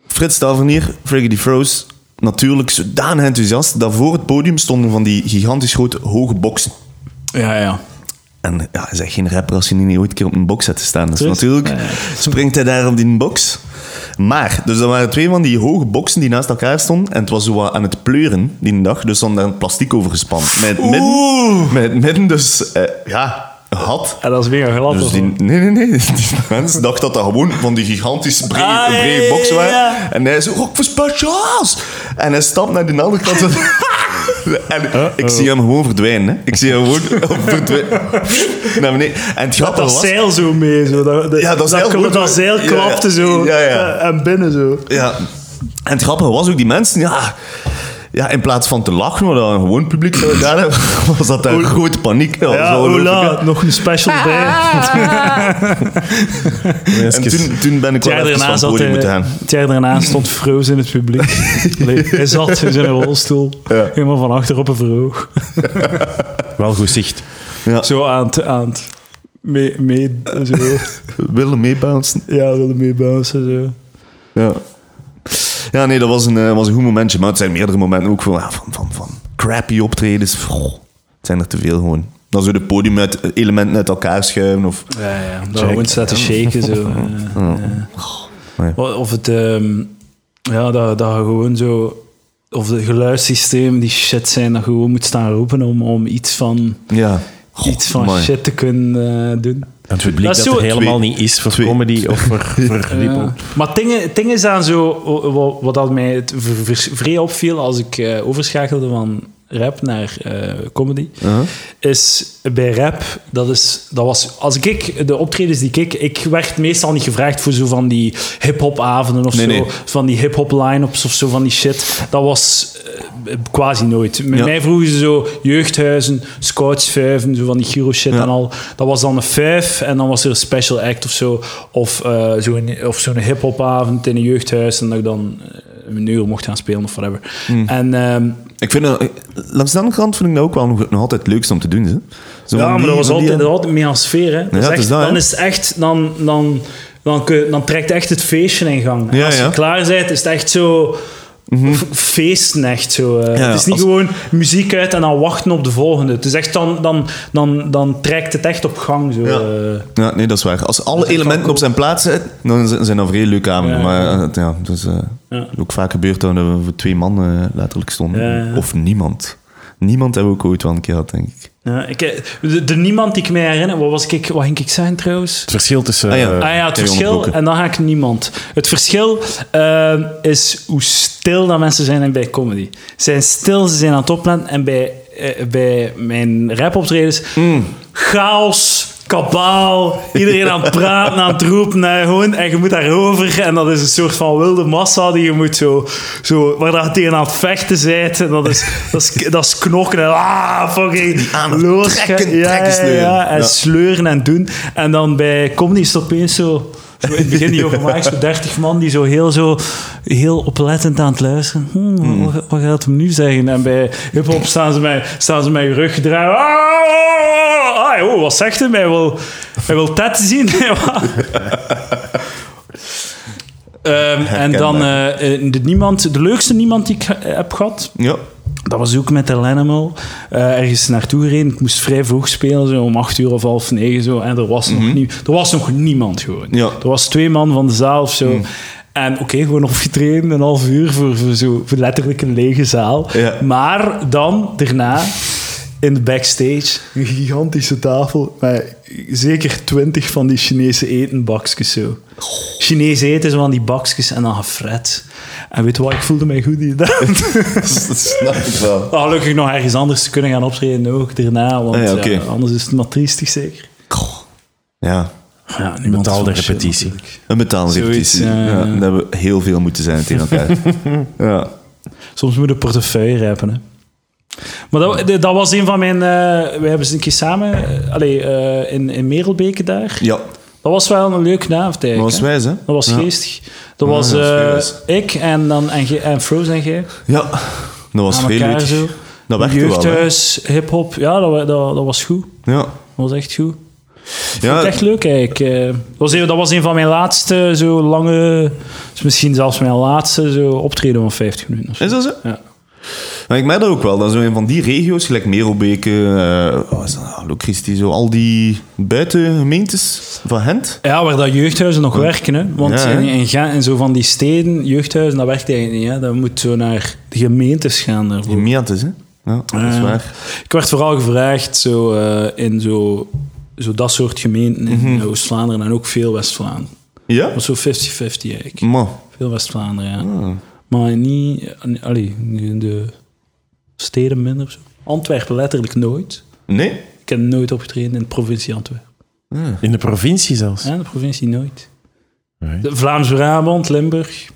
Frits Tavernier, Freaky the Froze, natuurlijk zodanig enthousiast dat voor het podium stonden van die gigantisch grote hoge boksen. Ja, ja. En ja, hij is echt geen rapper als je die niet ooit een keer op een box zet te staan. Dus Terug? natuurlijk Ja, ja. springt hij daar op die box. Maar, dus er waren twee van die hoge boksen die naast elkaar stonden. En het was zo wat aan het pleuren die dag. Dus dan daar een plastic over gespannen. Met het midden, met het midden dus, eh, ja, een gat. En dat is mega glad. Dus of die, wat? nee, nee, nee. Die mens dacht dat dat gewoon van die gigantische brede, Ah, ja, brede ja, boxen ja, waren. ja. En hij zo, "Oh, ook voor specials! En hij stapt naar de andere kant. van- en Uh, ik zie hem gewoon verdwijnen. hè. Ik zie hem gewoon verdwijnen. Naar beneden. En het grappige Dat was... zeil zo mee. Zo. Dat, dat, Ja, dat is heel dat, goed. dat zeil Ja, ja. klapte zo. Ja, ja. eh, En binnen zo. Ja. En het grappige was ook, die mensen, ja... Ja, in plaats van te lachen, wat een gewoon publiek zou gedaan hebben, was dat daar grote paniek. Ja, Ja, zo hola, nog een special bij. En toen, toen ben ik Het wel jaar even van daarna, het zat podium hij, moeten gaan. het jaar daarna stond Frozen in het publiek. Allee, hij zat in zijn rolstoel, helemaal van achter op een verhoog. Wel goed zicht. Zo aan het... Aan het mee, mee, zo. Willen meebouncen. Ja, wilde meebouncen. Zo. Ja. Ja, nee, dat was een, eh, was een goed momentje. Maar het zijn meerdere momenten ook van, ja, van, van, van crappy optredens. Goh, het zijn er te veel gewoon. Dan zo de podium uit, eh, elementen uit elkaar schuiven. Of, Ja, ja. Dat gewoon staat te shaken. Zo. Ja. Oh, Nee. Of of het... ehm, ja, dat, dat je gewoon zo... Of de geluidssystemen die shit zijn, dat je gewoon moet staan roepen om, om iets van, ja. iets van amai. shit te kunnen eh, doen. Het publiek Dat dat, is er zo- helemaal Twee- niet is voor twee- comedy of voor, voor Ja. lipo. Maar dingen, dingen zijn zo, wa- wa- wat dat mij het v- v- vrij opviel als ik eh, overschakelde van rap naar eh, comedy, is bij rap, dat, is, dat was, als ik, de optredens die ik, ik werd meestal niet gevraagd voor zo van die hip-hop avonden of Nee, zo, nee. van die hip-hop line-ups of zo van die shit. Dat was eh, quasi nooit. Met Ja. mij vroegen ze zo jeugdhuizen, scoutsvuiven, zo van die giro shit en al. Dat was dan een vijf en dan was er een special act of zo. Of eh, zo'n of zo'n hiphopavond in een jeugdhuis en dat ik dan eh, een uur mocht gaan spelen of whatever. Hmm. En ehm, Ik vind dat, eh, langs de andere kant vind ik dat ook wel nog, nog altijd het leukste om te doen. Hè. Zo ja, van maar die- dat was van die- eh, altijd, dat was altijd meer aan sfeer. Hè. Dat is het echt- is dat, hè. dan is het echt, dan, dan, dan, kun je- dan trekt echt het feestje in gang. En Ja, als je ja. Mhm. klaar bent, is het echt zo. f- Feesten echt zo. eh. ja, het is niet als- gewoon muziek uit en dan wachten op de volgende. Het is echt dan, dan, dan, dan trekt het echt op gang. Zo. Ja. eh. Ja, nee, dat is waar. Als alle echt wel elementen op zijn plaats zijn, dan z- zijn dat vrij leuke avonden. Ja. Maar eh, ja, dus, eh, Ja. ook vaak gebeurt dat we voor twee man eh, letterlijk stonden. Ja, ja. Of niemand. Niemand hebben we ook ooit wel een keer gehad, denk ik. Ja, ik, eh, de, de niemand die ik mij herinner, wat, was ik, wat ging ik zijn trouwens? Het verschil tussen... Ah, ja. eh, Ah ja, het Heb je verschil, onderbroken? en dan ga ik niemand. Het verschil eh, is hoe stil dat mensen zijn bij comedy. Ze zijn stil, ze zijn aan het opletten. En bij, eh, bij mijn rapoptredens, chaos, kabaal, iedereen aan het praten, aan het roepen. eh, gewoon, en je moet daarover. En dat is een soort van wilde massa die je moet zo... zo waar dat je tegen aan het vechten bent. En dat is, dat is, dat is knokken. En, ah, fucking aan het los. trekken, ja, ja, trekken, ja, sleuren. en Ja. sleuren en doen. En dan bij comedy is het opeens zo... zo in het begin die open mics, zo 30 man die zo heel, zo heel oplettend aan het luisteren. Hmm, wat, wat gaat hem nu zeggen? En bij hip-hop staan ze mij, staan ze mij rug draaien. Ah, ah, ah, oh, wat zegt hij? Hij wil, hij wil Ted zien. Ehm, en dan eh, eh, de, niemand, de leukste niemand die ik eh, heb gehad, Ja. dat was ook met de Animal. eh, ergens naartoe gereden. Ik moest vrij vroeg spelen, zo om acht uur of half negen. Zo. En er was, nog nie, er was nog niemand gewoon. Mhm. Ja. Mhm. Er was twee man van de zaal of zo. En oké, gewoon opgetreden, een half uur voor, voor, zo, voor letterlijk een lege zaal. Ja. Maar dan, daarna, in de backstage, een gigantische tafel met zeker twintig van die Chinese etenbakjes zo. Chinees eten, zo van die bakjes en dan gefret. En weet je wat, ik voelde mij goed die dag. dat snap ik wel. Nou, gelukkig nog ergens anders te kunnen gaan optreden ook daarna, want Ah, ja, ja, oké. anders is het maar triestig zeker. Ja, Ja, niemand Betaalde vond shit, repetitie. een betaalrepetitie. Zoiets, eh, ja, ja, ja. dat hebben we heel veel moeten zijn tegen elkaar. ja. Soms moet je portefeuille rijpen, hè. Maar dat, de- dat was een van mijn... eh we hebben ze een keer samen... eh, allee, eh, in, in Merelbeke daar. ja, Dat was wel een leuke avond eigenlijk. dat was hè. wijs, hè? Dat was ja. geestig. Dat Ja, was dat was eh, geweest. ik en, dan, en, ge- en Frozen en jij. Ja, dat was Aan veel elkaar leuk. zo. eh, Dat werkte wel, hè? Jeugdhuis, hiphop. Ja, dat, wa- dat, dat was goed. Ja. Dat was echt goed. Ik vond Ja, het echt leuk eigenlijk. Eh, dat was een- Dat was een van mijn laatste zo lange, dus misschien zelfs mijn laatste zo optreden van 50 minuten. of zo. is dat zo? Ja. Maar ik merk dat ook wel. Dat zo in van die regio's, gelijk Merelbeke, eh wat is dat nou, Locristi, zo, al die buitengemeentes van Gent. Ja, waar dat jeugdhuizen nog werken. Hè? Want Ja, hè? in, in, Gent- in zo van die steden, jeugdhuizen, dat werkt eigenlijk niet. Hè? Dat moet zo naar de gemeentes gaan daarvoor. Die Miantes, hè? Ja, dat is Ja. waar. Ik werd vooral gevraagd zo, eh, in zo, zo dat soort gemeenten in Mhm. eh, Oost-Vlaanderen en ook veel West-Vlaanderen. Ja? Dat was zo 50-50 eigenlijk. Man. Veel West-Vlaanderen, ja. Maar niet... Allee, niet in de steden minder of zo. Antwerpen letterlijk nooit. Nee? Ik heb nooit opgetreden in de provincie Antwerpen. eh, In de provincie zelfs. Ja, de provincie nooit. Alright. De Vlaams-Brabant, Limburg.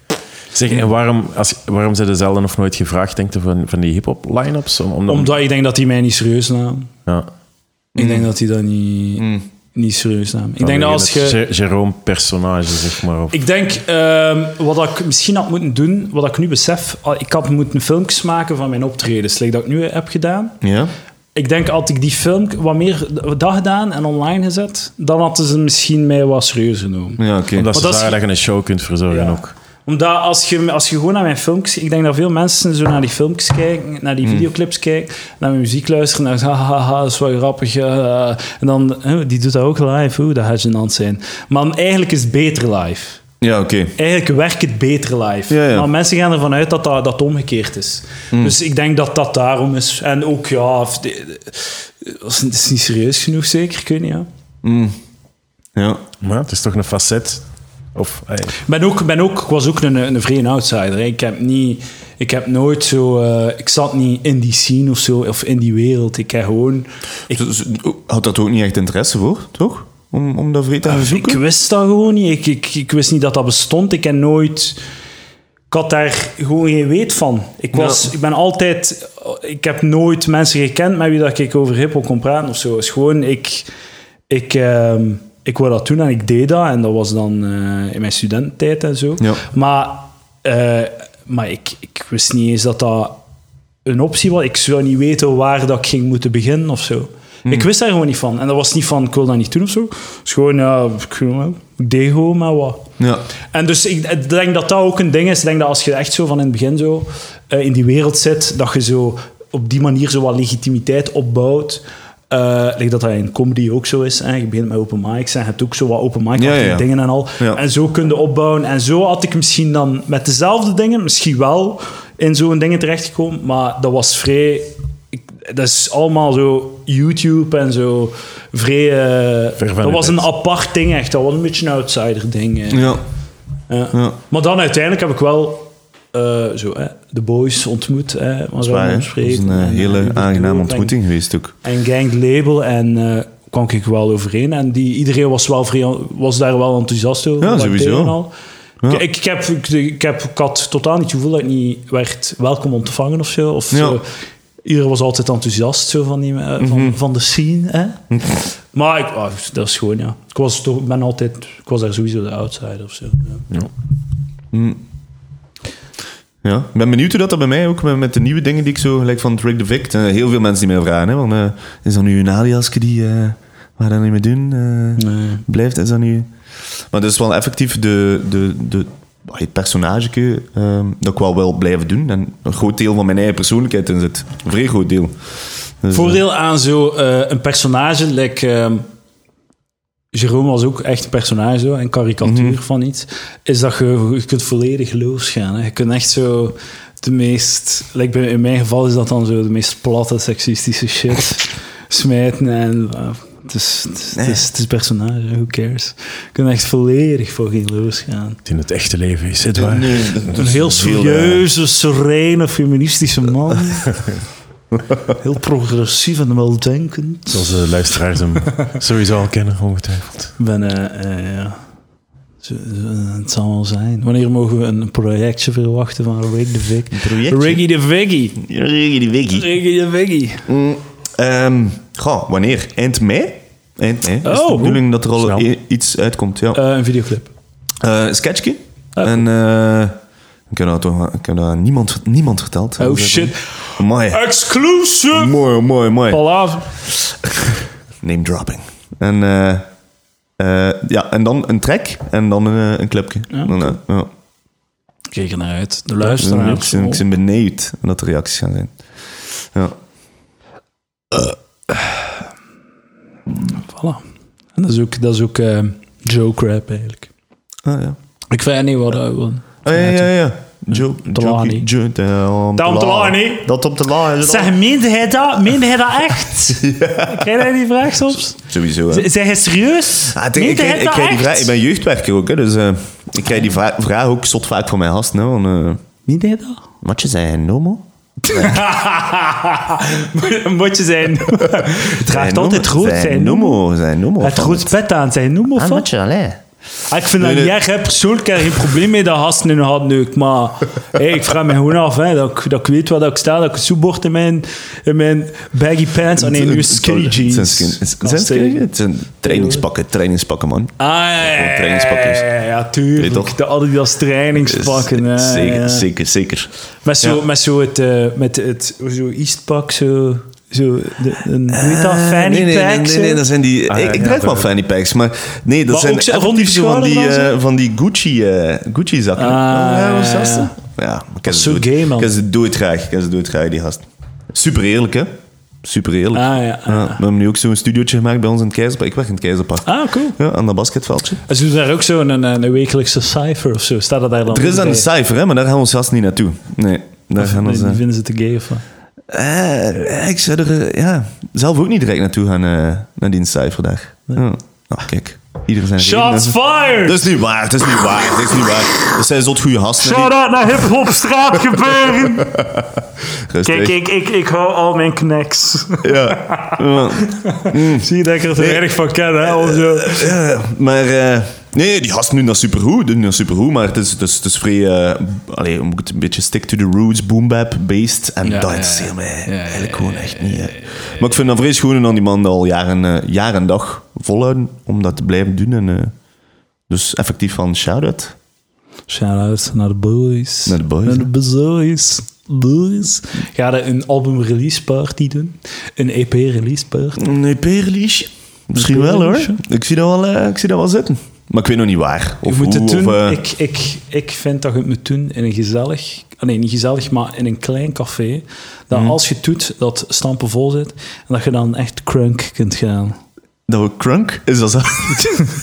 Zeg, en waarom, als, waarom zijn ze zelden of nooit gevraagd, denk je, van, van die hip-hop line-ups? Om, om, Omdat ik denk dat die mij niet serieus namen. ja. Ik denk dat die dat niet, niet serieus namen. Ik denk dat als je... Jerome personage, zeg maar. Of, Ik denk, ehm, wat ik misschien had moeten doen, wat ik nu besef, ah, ik had moeten filmpjes maken van mijn optreden, slecht dat ik nu heb gedaan. Ja? Ik denk, had ik die film wat meer dat gedaan en online gezet, dan hadden ze misschien mij wat serieus genomen. Ja, oké. omdat ze dat is- zagen dat je een show kunt verzorgen Ja. ook. Omdat als je, als je gewoon naar mijn filmpjes... Ik denk dat veel mensen zo naar die filmpjes kijken, naar die videoclips kijken, naar mijn muziek luisteren, en dan ha, ha, ha, dat is wel grappig. eh." en dan, "Oh, die doet dat ook live, oeh, dat gaat gênant zijn. Maar eigenlijk is het beter live. Ja, oké. eigenlijk werkt het beter live. Ja, ja. Hmm. Maar mensen gaan ervan uit dat dat, dat omgekeerd is. Dus ik denk dat dat daarom is. En ook, ja, of de- de- als- het is niet serieus genoeg zeker, ik weet niet, ja. Ja. Maar het is toch een facet. Of, ey, Ik ben ook, ben ook, ik was ook een, een vreemde outsider. hè. Ik heb, niet, ik heb nooit zo... eh, ik zat niet in die scene of zo, of in die wereld. Ik heb gewoon... Ik, Dus- Had dat ook niet echt interesse voor, toch? Om, om dat vreed te gaan Ah, ik zoeken? wist dat gewoon niet. Ik, ik, ik wist niet dat dat bestond. Ik heb nooit... Ik had daar gewoon geen weet van. Ik, was, Ja. ik ben altijd... Ik heb nooit mensen gekend met wie dat ik over hiphop kon praten of zo. Het is gewoon... Ik, ik, ehm, ik wou dat toen en ik deed dat. En dat was dan eh, in mijn studententijd en zo. Ja. Maar, eh, maar ik, ik wist niet eens dat dat een optie was. Ik zou niet weten waar dat ik ging moeten beginnen of zo. Ik wist daar gewoon niet van. En dat was niet van, ik wil dat niet doen of zo. Het is gewoon, ja, ik, weet niet wel. ik deed gewoon maar wat. Ja. En dus ik denk dat dat ook een ding is. Ik denk dat als je echt zo van in het begin zo eh, in die wereld zit, dat je zo op die manier zo wat legitimiteit opbouwt. Eh, like dat dat in comedy ook zo is. Hè. Je begint met open mics en je hebt ook zo wat open mic Ja, ja, ja. dingen en al. Ja. En zo kun je opbouwen. En zo had ik misschien dan met dezelfde dingen, misschien wel in zo'n dingen terechtgekomen. Maar dat was vrij... Ik, dat is allemaal zo YouTube en zo vrij... eh, Ver van dat je was bed. een apart ding echt. Dat was een beetje een outsider ding. eh. Ja. Ja. Ja. Maar dan uiteindelijk heb ik wel eh, zo, hè, de boys ontmoet. Hè, waar Waar, hè? we Dat is een eh, hele aangename ontmoeting geweest ook. En Gang Label en eh kwam ik wel overeen. En die, iedereen was, wel vrij, was daar wel enthousiast over. Ja, wat ik sowieso. deed en al. Ja. Ik, ik, heb, ik, ik heb, ik had totaal niet het gevoel dat ik niet werd welkom ontvangen of zo. Of Ja. zo. Iedereen was altijd enthousiast zo van, die, eh, van, van de scene. Hè? maar ik, ah, dat is gewoon, ja. Ik was, toch, ben altijd, ik was daar sowieso de outsider of zo. ja. Ja, ik ben benieuwd hoe dat, dat bij mij ook eh, met, met de nieuwe dingen die ik zo gelijk van Trick the Vict. eh, heel veel mensen die mij vragen, hè, want eh, is dat nu een aliasje die eh waar dan niet mee doen eh, Nee. blijft, is dat nu. Maar dat is wel effectief de, de, de wat heet het personage ehm, dat ik wel wil blijven doen en een groot deel van mijn eigen persoonlijkheid in zit, een vrij groot deel. Dus, eh, Voordeel aan zo'n een personage, like, ehm, Jerome was ook echt een personage, zo, een karikatuur van iets, is dat je, je kunt volledig losgaan. Hè. Je kunt echt zo de meest... Like bij- in mijn geval is dat dan zo de meest platte, seksistische shit smijten. En, eh, het, is, het, is, het, is, het is personage, who cares. Je kunt echt volledig fucking losgaan. in het echte leven is het waar. nee, dat- dat Een is heel eh, serieuze, serene, feministische man. Heel progressief en weldenkend. Zoals de luisteraars hem sowieso al kennen, ongetwijfeld. Ik ben, eh, eh, ja. Zo- zo- Het zal wel zijn. Wanneer mogen we een projectje verwachten van Rick de Vic? projectje? Ricky de Viggy. Reggie die Wiggy. Ricky de Viggy. Mm, ehm, goh, wanneer? Eind mei? Eind mei. is Oh, de bedoeling dat er al snel. i- iets uitkomt, ja. Eh, een videoclip. Eh, een sketchje. Ah. En eh, ik heb dat, toch- ik heb dat aan niemand, niemand verteld. Oh shit. Eh. Mooi. Exclusive! Mooi, mooi, mooi. Palaver. Name dropping. En, eh, eh, ja, en dan een track en dan een, eh, een clipje. Ja, Dan, eh, ja. Ik keek er naar uit. De Ik luisteraars. ben- ik ben benieuwd dat er reacties gaan zijn. Ja. Voilà. En dat is ook, dat is ook eh, Joe Crap eigenlijk. Ah, ja. Ik weet niet wat dat wil. Ah, ja, ja, ja. Mm. Joe, Delany. Joe, Tom Tom Delany. Dat om te lachen. meende hij dat? Meende hij dat echt? Krijg jij die vraag soms? Sowieso. hè. Zijn hij serieus? Ah, ik, denk- ik, krijg- ik, krijg die vraag- ik ben jeugdwerker ook, hè, dus eh, ik krijg die vra- vraag ook zot vaak van mijn gasten. hè, van, eh, Meende hij dat? wat je zei, Nomo? Moet je zijn. Het draagt altijd rood Zijn zijn Nomo. Zijn Nomo. Het van rood pet aan, zijn noem of Ah, wat? matje, allee. Ah, ik vind dat Nee, niet nee. erg, hè. persoonlijk heb ik geen probleem mee dat hasten in hun hand neukt, maar hey, ik vraag me gewoon af hè, dat, ik, dat ik weet waar dat ik sta, dat ik een soepbord in mijn, in mijn baggy pants, ah nee, nu is het skinny Het jeans. zijn skin- het Kan zijn skinny steken. jeans. Het zijn trainingspakken, trainingspakken, man. Ah, ja, ja, ja, trainingspakjes. ja, ja, Weet je tuurlijk. toch? De Adidas trainingspakken. hè, Zeker, ja. zeker, zeker. Met zo, Ja. met zo het, eh, met het zo Eastpak, zo, zo de, een, hoe heet dat, Ah, fanny nee, nee, pack, Nee, nee, zo? nee, dat zijn die... ja, ik ik ja, draag ja. wel fanny packs, maar... Nee, dat Maar zijn ook zo rond die effectief zo van die, schouder dan, eh, van die Gucci, eh Gucci zakken. Ah, Oh, ja, wat is ja, dat? ja. Ja, maar ik ken is ze zo doe- gay, man. Ik ken ze doe het graag, ik ken ze doe het graag, die gast. Super eerlijk, hè? Super eerlijk. Ah, ja, ah, we hebben nu ook zo'n studiootje gemaakt bij ons in het Keizerpark. Ik werk in het Keizerpark. Ah, cool. Ja, aan dat basketveldje. En ze doen daar ook zo'n een, een wekelijkse cijfer of zo. Staat dat daar dan? Er is ook dan een bij? cijfer, hè, maar daar gaan we ons gast niet naartoe. Nee, daar gaan we... Nee, ons, eh, die vinden ze te gay of wat? Eh, eh, ik zou er eh, ja, zelf ook niet direct naartoe gaan eh, naar die cijferdag. Ja. Nou, kijk. Iedereen zijn Shots redenen. fired! Dat is niet waar, dat is niet waar, dat is niet waar. Dat zijn zot goede gasten. die- Shout-out naar hip-hop straatgebeuren! Rustig. Kijk, ik, ik, ik hou al mijn knacks. Ja. Ja. Zie je dat ik er te weinig van ken, hè? Of zo. Ja, maar eh, nee, die gasten doen dat supergoed, doen dat supergoed, maar het is, het is, het is vrij, eh, allee, hoe moet ik het een beetje stick to the roots, boom bap, based, en Ja, dat ja, interesseert ja. mij ja, eigenlijk gewoon echt niet. hè. Maar ik vind dat vrij schoon en dan die man al jaren, eh, jaar en dag volhouden om dat te blijven doen. En, eh, dus effectief van shout-out Shout-out naar de boys. naar de boys. Naar de boys. Boys. Ga je een album-release party doen? Een EP-release party? Nee, Perlies. Misschien Een wel hoor. Perlies, ja. Ik zie dat wel, eh, ik zie dat wel zitten. Maar ik weet nog niet waar. Of Je moet hoe, het doen. Of, eh, ik, ik, ik vind dat je het moet doen in een gezellig... ah, Nee, niet gezellig, maar in een klein café. Dat Mhm. als je het doet, dat stampen vol zit. En dat je dan echt crunk kunt gaan. Dat we crunk? Is dat zo?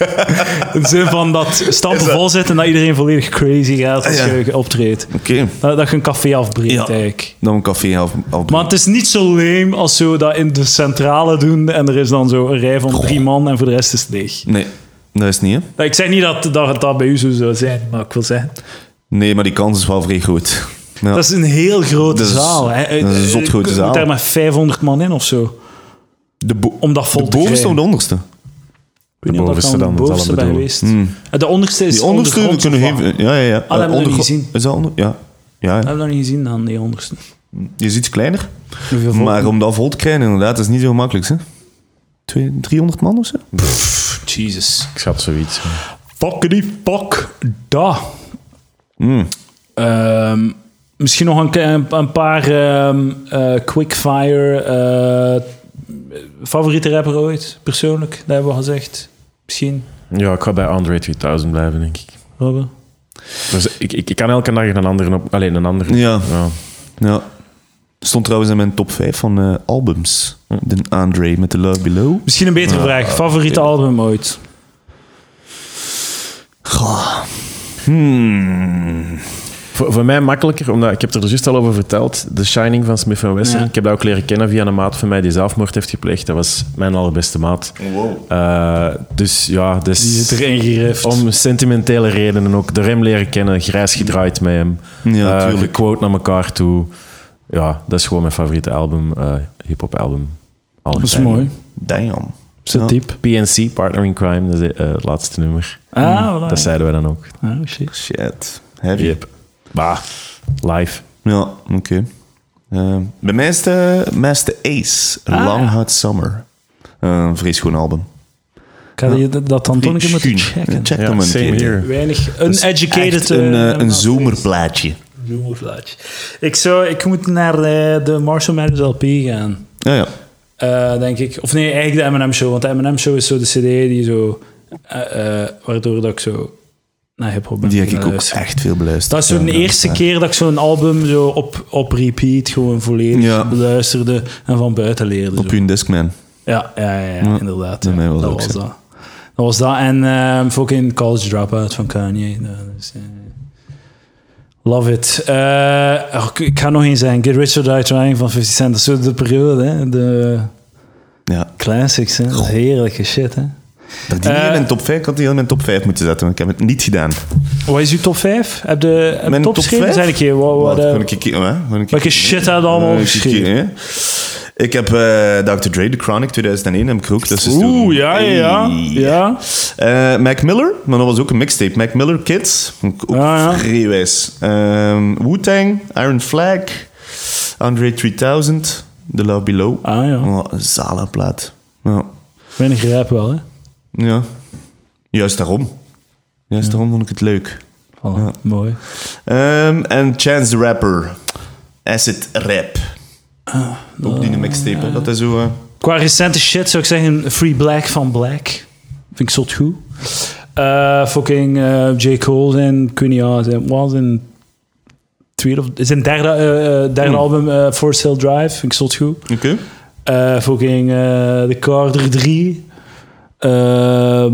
In de zin van dat stampen vol zit en dat iedereen volledig crazy gaat als Ah, ja. je optreedt. Oké. Dat, dat je een café afbreekt, Ja. eigenlijk. Dan een café half, half Maar het is niet zo leem als zo dat in de centrale doen en er is dan zo een rij van drie man en voor de rest is het leeg. Nee, dat is niet hè. Nou, Ik zeg niet dat, dat het dat bij u zo zou zijn, maar ik wil zeggen... Nee, maar die kans is wel vrij groot. Ja. Dat is een heel grote Dat is- zaal. Hè. Eh, dat is een zot grote Je zaal. moet daar maar 500 man in of zo. de, bo- Om dat vol de te bovenste of krijgen. de onderste? Ik weet niet of dat bovenste dan de dan, dat zal bovenste ik bij bedoelen. geweest. Eh, De onderste is Hmm. Die onderste we ondergrond kunnen vervallen. even... Ja, ja, ja. we nog Ondergro- niet gezien. Is dat onder... Ja. Ja, Dat ja. hebben we nog niet gezien dan, die onderste. Die is iets kleiner. Maar om dat vol te krijgen, inderdaad, is niet zo makkelijk. Hè? Twee, 300 man of zo? Jesus. Ik schat zoiets. Fuck die fuck da. Hmm. Ehm, misschien nog een, ke- een paar ehm, eh, quickfire. eh, favoriete rapper ooit, persoonlijk? Dat hebben we gezegd. Misschien, Ja, ik ga bij Andre 2000 blijven, denk ik. Robben? Dus ik, ik, ik kan elke dag een andere op... Alleen een andere. Ja. Ja. Ja. Stond trouwens in mijn top 5 van eh, albums. De Andre met The Love Below. Misschien een betere eh, vraag. Favoriete album ooit? Goh. Hmm. Voor, voor mij makkelijker, omdat ik heb er dus al over verteld. The Shining van Smith Wesson. Ja. Ik heb dat ook leren kennen via een maat van mij die zelfmoord heeft gepleegd. Dat was mijn allerbeste maat. Oh, Eh, dus ja, dus Die zit erin gerift. om sentimentele redenen ook. De rem leren kennen, grijs gedraaid met hem. Ja, Eh, tuurlijk. gequote naar elkaar toe. Ja, dat is gewoon mijn favoriete album, eh hip-hop album. Dat is mooi. Damn. Zo Ja. diep. PNC, Partnering Crime, dat is eh, het laatste nummer. Ah, voilà. Dat zeiden wij dan ook. Ah, shit. Shit. Heavy. Yep. Bah, live. Ja, oké. Eh, bij mij is de Master Ace, Ah, Long ja. Hot Summer. Eh, Een vrees schoon album. Ik had je dat- dat dan toch een keer moeten Schoen. checken. Check Ja, hem een same keer. here. Weinig Echt uneducated... een, eh, eh, een zomerplaatje. Zomerplaatje. Ik, zou, ik moet naar eh, de Marshall Mathers LP gaan. Ja, ja. eh, denk ik. Of nee, eigenlijk de M&M Show. Want de M&M Show is zo de CD die zo... eh, eh, waardoor dat ik zo naar hiphop ben Die heb gaan ik ook luisteren. echt veel beluisterd. Dat is zo'n Ja, eerste ja. keer dat ik zo'n album zo op, op repeat gewoon volledig Ja. beluisterde en van buiten leerde. Op zo. uw Discman. Ja, ja, ja, ja, Ja, inderdaad. bij ja. mij was dat ook was zo. dat. Dat was dat. En ehm fucking College Dropout van Kanye. Dat is, eh, love it. Eh, oh, ik- ik ga nog één zijn. Get Rich or Die Trying van 50 Cent. Dat is zo de periode, hè. De Ja. classics, hè. Dat is heerlijke shit, hè. Dat die Eh, Oh, niet in een top 5, ik had die heel in een top 5 moeten zetten, maar ik heb het niet gedaan. Wat is uw top 5? Heb de heb Mijn top top geschreven? vijf? Zijn ik hier? Wat, wat, eh, Gewoon een keer kijken, hè? Gewoon een keer welke kijken. shit hadden we allemaal Gewoon een keer geschreven? kijken, hè? Ik heb eh, Dr. Dre, The Chronic 2001, heb ik er ook tussen Oeh, doen. ja, ja, ja. dus Hey. ja. Eh, Mac Miller, maar dat was ook een mixtape. Mac Miller Kids, ook Ah, ook ja. vrij wijs. Ehm, Wu-Tang, Iron Flag, Andre 3000, The Love Below. Ah ja, Oh, een zale plaat. Ja. weinig rap wel, hè? ja. Juist daarom. Juist daarom vond ik het leuk. Voilà, Mooi. Ehm, En Chance the Rapper, Acid Rap. Ah, Ook eh, die mixtape, hè. dat is zo... eh, Qua recente shit zou ik zeggen Free Black van Black. Vind ik zot goed. Eh, fucking eh, J. Cole en Queenie A. Zijn, wat zijn tweede of zijn derde, eh, eh, derde album eh For Sale Drive. Vind ik zot goed. Oké. Eh, fucking eh The Carter 3. Ehm,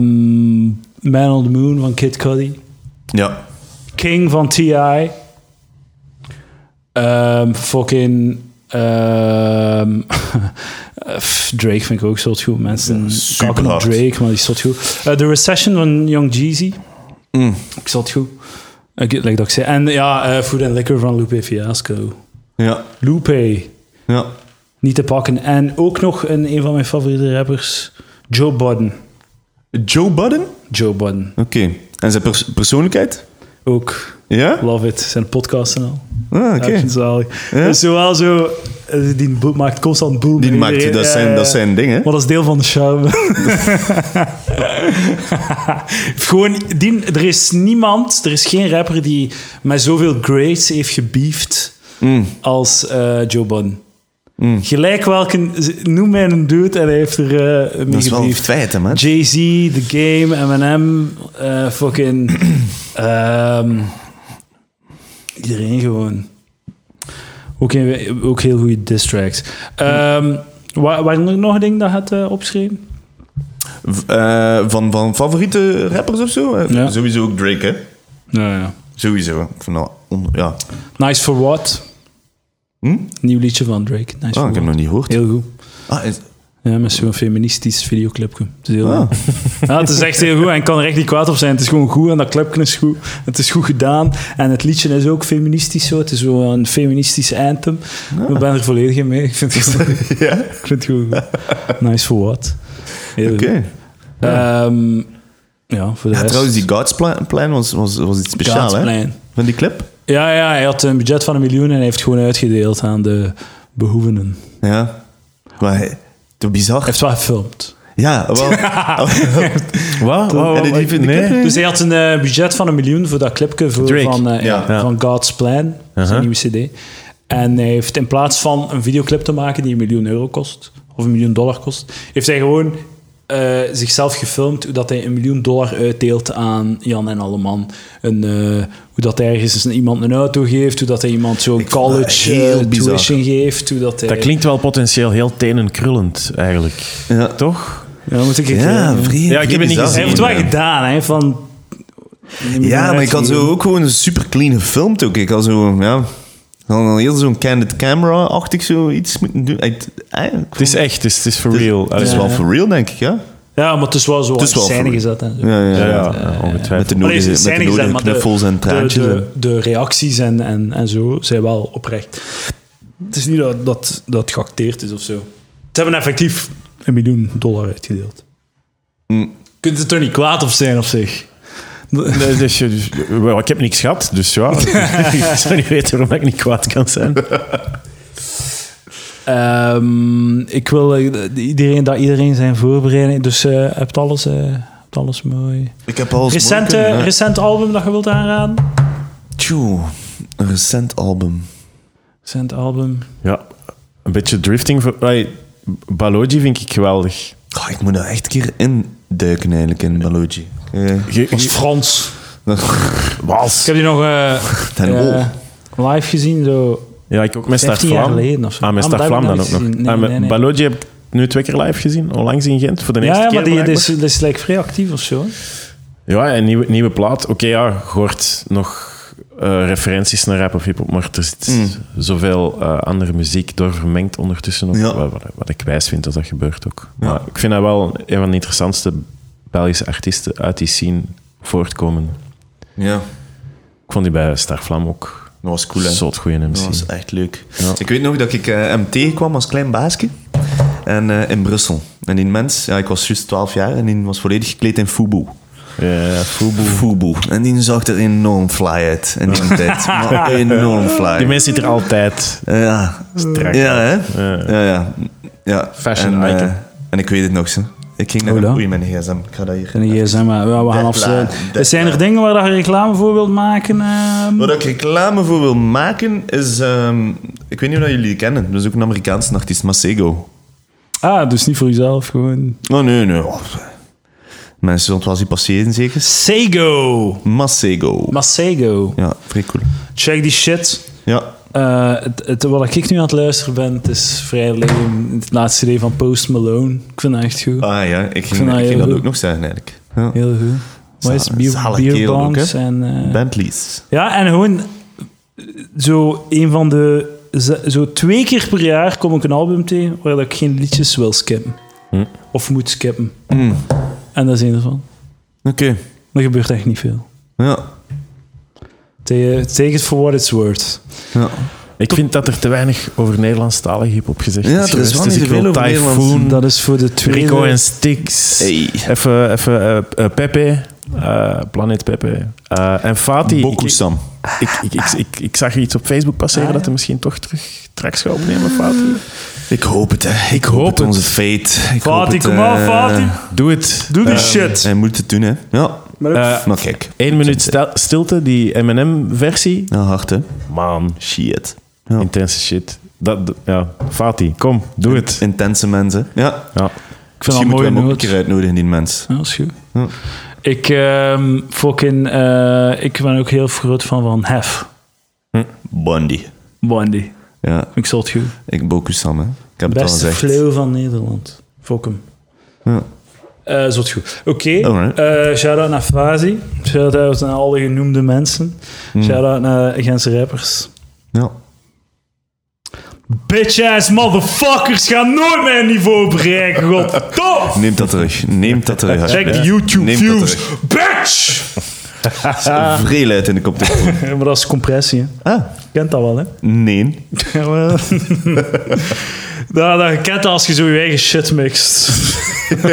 Man on the Moon van Kid Cudi. Ja. King van T.I. Ehm, fucking... ehm, f- Drake vind ik ook zo goed. Mensen super kakken op hard. Drake, maar die is zot goed. Eh, The Recession van Young Jeezy. Mm. Ik zat goed. Ik like dat ik zei. En ja, eh, Food and Liquor van Lupe Fiasco. Ja. Lupe, Ja. niet te pakken. En ook nog een, een van mijn favoriete rappers, Joe Budden. Joe Budden? Oké. Joe Budden, En zijn pers- persoonlijkheid? ook. Ja? Love it, zijn podcast en al. Ah, oké. Ja, zalig. Ja? Dus zowel zo, eh, die bo- maakt constant boel. Die met maakt, iedereen. dat, Ja, zijn, ja, dat ja. zijn dingen. Maar dat is deel van de charme. Gewoon, die, er is niemand, er is geen rapper die met zoveel grades heeft gebeefd Mm. als eh, Joe Budden. Gelijk welke, noem mij een dude en hij heeft er eh mee Dat is wel een gebeefd. feit, hè, man. Jay-Z, The Game, Eminem, eh, fucking... ehm, iedereen gewoon. Ook, een- ook heel goede diss tracks. Ehm, wa- waren er nog een ding dat had eh, opgeschreven? V- eh, van, van favoriete rappers of zo? Eh, Ja. Sowieso ook Drake, hè? Ja, ja. Sowieso. Ik vind dat on- ja. Nice for What. Hm? Nieuw liedje van Drake. Nice Ah, for ik heb hem What. nog niet gehoord. Heel goed. Ah, is- Ja, met zo'n feministisch videoclipje. Het is heel Ah. goed. Ja, het is echt heel goed en ik kan er echt niet kwaad op zijn. Het is gewoon goed en dat clipje is goed. Het is goed gedaan en het liedje is ook feministisch zo. Het is zo een feministisch anthem. Ah. Ik ben er volledig in mee. Ik vind het, gewoon- ja? ik vind het goed. Nice for what. Heel Oké. goed. Ehm, ja, voor de Ja, rest. trouwens, die God's Plan, Plan was, was, was iets speciaals, God's hè? Plan. Van die clip? Ja, ja, hij had een budget van een miljoen en hij heeft gewoon uitgedeeld aan de behoevenden. Hij Ja. Maar hij- te bizar. heeft wel gefilmd. Ja, wel. Wat? Toen- en die vind ik ook niet. Dus hij had een eh, budget van een miljoen voor dat clipje voor, Drake. van, eh, Ja. Uh-huh. ja, van God's Plan, zijn nieuwe cd. En hij heeft in plaats van een videoclip te maken die een miljoen euro kost, of een miljoen dollar kost, heeft hij gewoon eh, zichzelf gefilmd hoe dat hij een miljoen dollar uitdeelt aan Jan en Alleman. En, eh, hoe dat hij ergens een- iemand een auto geeft, hoe dat hij iemand zo'n Ik vond dat college heel eh, bizar. tuition geeft. Hoe dat, hij... Dat klinkt wel potentieel heel tenenkrullend, eigenlijk. Ja. Toch? Ja, moet ik een keer- Ja, vrij- vrij Ja, ik heb het niet bizar. Hij gezien. heeft het wel gedaan, hè, van... Ja, maar ik had zo ook gewoon een super clean gefilmd ook. Ik had zo, ja... Dan heel zo'n candid camera-achtig zoiets moeten doen. Ik- eh, ik vond- Het is echt, het is, het is for real. Eh, Het is Ja. wel for real, denk ik, ja? Ja, maar het is wel zo is wel scène voor- gezet. En zo. Ja, ja, ja. Ja, ja, ja, Met de ongetwijfeld. Allee, nodige, ze met zijn de niet gezet, nodige maar de- knuffels en traantjes. De, en- de, de reacties en, en, en zo zijn wel oprecht. Het is niet dat dat, dat geacteerd is of zo. Ze hebben effectief een miljoen dollar uitgedeeld. Mm. Kunt het er niet kwaad op zijn op zich? Nee, dus je- wel, ik heb niks gehad, dus ja. ik zou niet weten waarom ik niet kwaad kan zijn. Ehm, ik wil eh, iedereen, dat iedereen zijn voorbereiding... Dus eh hebt alles, eh, hebt alles mooi. Ik heb al eens Recente, mooi kunnen- recent album dat je wilt aanraden? Tjoe, een recent album. Recent album. Ja, een beetje drifting. Voor, allee, Baloji vind ik geweldig. Oh, ik moet nou echt een keer induiken eigenlijk in Baloji. Eh, Dat is Frans. Ik Was. heb die nog eh, Ten eh, Wol. live gezien, zo Ja, ik ook met Star 15 jaar Vlam. geleden of zo. Ah, met Ah, Star dat heb Vlam ik dan nog ook niet nog. gezien. Ah, Nee, met nee, nee. Baloji heb ik nu twee keer live gezien, onlangs in Gent, voor de eerste Ja, ja, keer. maar die, dus- die, blijkbaar. is, die is like, vrij actief of zo. hè. Ja, en nieuwe, nieuwe plaat. Oké, ja, hoort nog eh, referenties naar rap of hip-hop, maar er zit Mm. zoveel eh, andere muziek door vermengd ondertussen. Ook, Ja. wat, wat- wat ik wijs vind dat dat gebeurt ook. Maar ik vind dat wel een van de interessantste Belgische artiesten uit die scene voortkomen. Ja, Ik vond die bij Star Vlam ook dat was cool hè. zot goeie MC. Dat was echt leuk. Ik weet nog dat ik eh, hem tegenkwam als klein baasje. En eh, in Brussel. En die mens, ja, ik was juist 12 jaar en die was volledig gekleed in Fubu. Ja, Fubu. Fubu. En die zag er enorm fly uit in die tijd. Maar enorm fly. Die mens zit er altijd. Eh, ja. Strak. Ja, hè? Ja, ja. ja. Fashion en, eh, icon. Oh, en ik weet het nog, ze. Ik ging naar Hoe een dan? oei, mijn gsm. Ik ga dat hier... En die gsm, maar ja, we gaan Depla, afsluiten. depla. Zijn er dingen waar je reclame voor wilt maken? ehm? Wat ik reclame voor wil maken is... ehm, ik weet niet of dat jullie die kennen. Dat is ook een Amerikaanse artiest, Masego. Ah, dus niet voor jezelf, gewoon. Oh, nee, nee. Oh. Mensen zullen het wel zien passeren, zeker. Sego! Masego. Masego. Ja, vrij cool. Check die shit. Ja. Eh, het, het- wat ik nu aan het luisteren ben, het is vrij leem. Het laatste idee van Post Malone. Ik vind dat echt goed. Ah ja, ik vind ging, dat ik heel ging dat goed. ook nog zeggen, eigenlijk. Ja. Heel goed. Wat is het? Zalig- Beer, zalig beer kerel ook, bongs hè? en... eh, Bentleys. Ja, en gewoon zo een van de. ze- Zo twee keer per jaar kom ik een album tegen waar dat ik geen liedjes wil skippen. Hm. Of moet skippen. Mm, En dat is een ervan. Oké. Er gebeurt echt niet veel. Ja. Take take it for what it's worth. ja. Ik vind dat er te weinig over Nederlandstalig hip-hop gezegd Ja, is. er is geweest. wel Dus niet ik wil zoveel over Typhoon, Nederlands. Dat is voor de tweede... Rico en Stix. Hey. Even, even eh, eh, Pepe. eh, Planet Pepe. Eh, en Fatih. Ik, ik, Bokusam. ik, ik, ik, ik zag iets op Facebook passeren dat hij misschien toch terug tracks gaat opnemen, Fatih. Ik hoop het, hè. Ik hoop hoop het, het. onze fate. Ik hoop Fatih, het, kom op, eh, Fatih. Doe het. Doe die shit. Hij moet het doen, hè. Ja. Maar ook- Eh, Maar kijk. Eén minuut stil- stilte, die M&M M&M-versie. Ja, hard, hè. Man, Shit. Ja. intense shit. Dat, dat- ja. Fatih, kom, doe het. Intense mensen. Ja. Ja. ik vind dat Misschien een moeten we mooie hem ook een noot. keer eh, Hm. uitnodigen, die mens. Ja, dat is goed. Ja. Ik, ehm, fucking, eh, ik ben ook heel groot fan van Hef. Hm. Bondi. Wandy. Ja. Ik zal het goed. Ik Bokusam, hè. Ik heb het al Beste gezegd. flow van Nederland. Fuck hem. Ja. Eh, zot goed. Oké, Alright. eh, shout-out naar Fazi. Shout-out naar alle genoemde mensen. Hmm. Shout-out naar Gentse rappers. Ja. Bitch-ass motherfuckers gaan nooit mijn niveau bereiken, goddomme! Neem dat terug. Neem dat terug, Check alsjeblieft. die YouTube Neem dat views, Ah. terug. bitch! Vreel uit in de kop. Ja, maar dat is compressie, hè. Ah, Kent dat wel, hè? nee. Nou, dat, dat je kent dat als je zo je eigen shit mixt.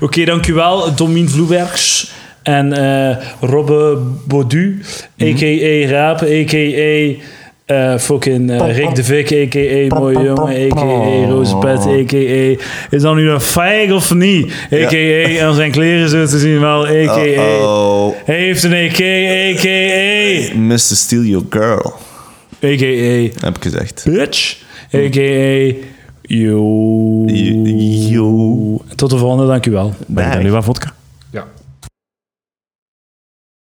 Oké, dankjewel, Domien Vloebergs en eh Robbe Bodu, a.k.a. Raap, a.k.a. eh, fucking eh, Rick de Vik, a.k.a. Mooie Jongen, a.k.a. Roosepet, a.k.a. Is dat nu een feig of niet? A.k.a. aan zijn kleren zo te zien wel, a.k.a. Oh, Hij heeft een a.k.a. a.k.a. Mr. Steal Your Girl, a.k.a. heb ik gezegd. Bitch, a.k.a. Yo. Yo. Tot de volgende, dankjewel. Ben je Dag. dan nu wat vodka?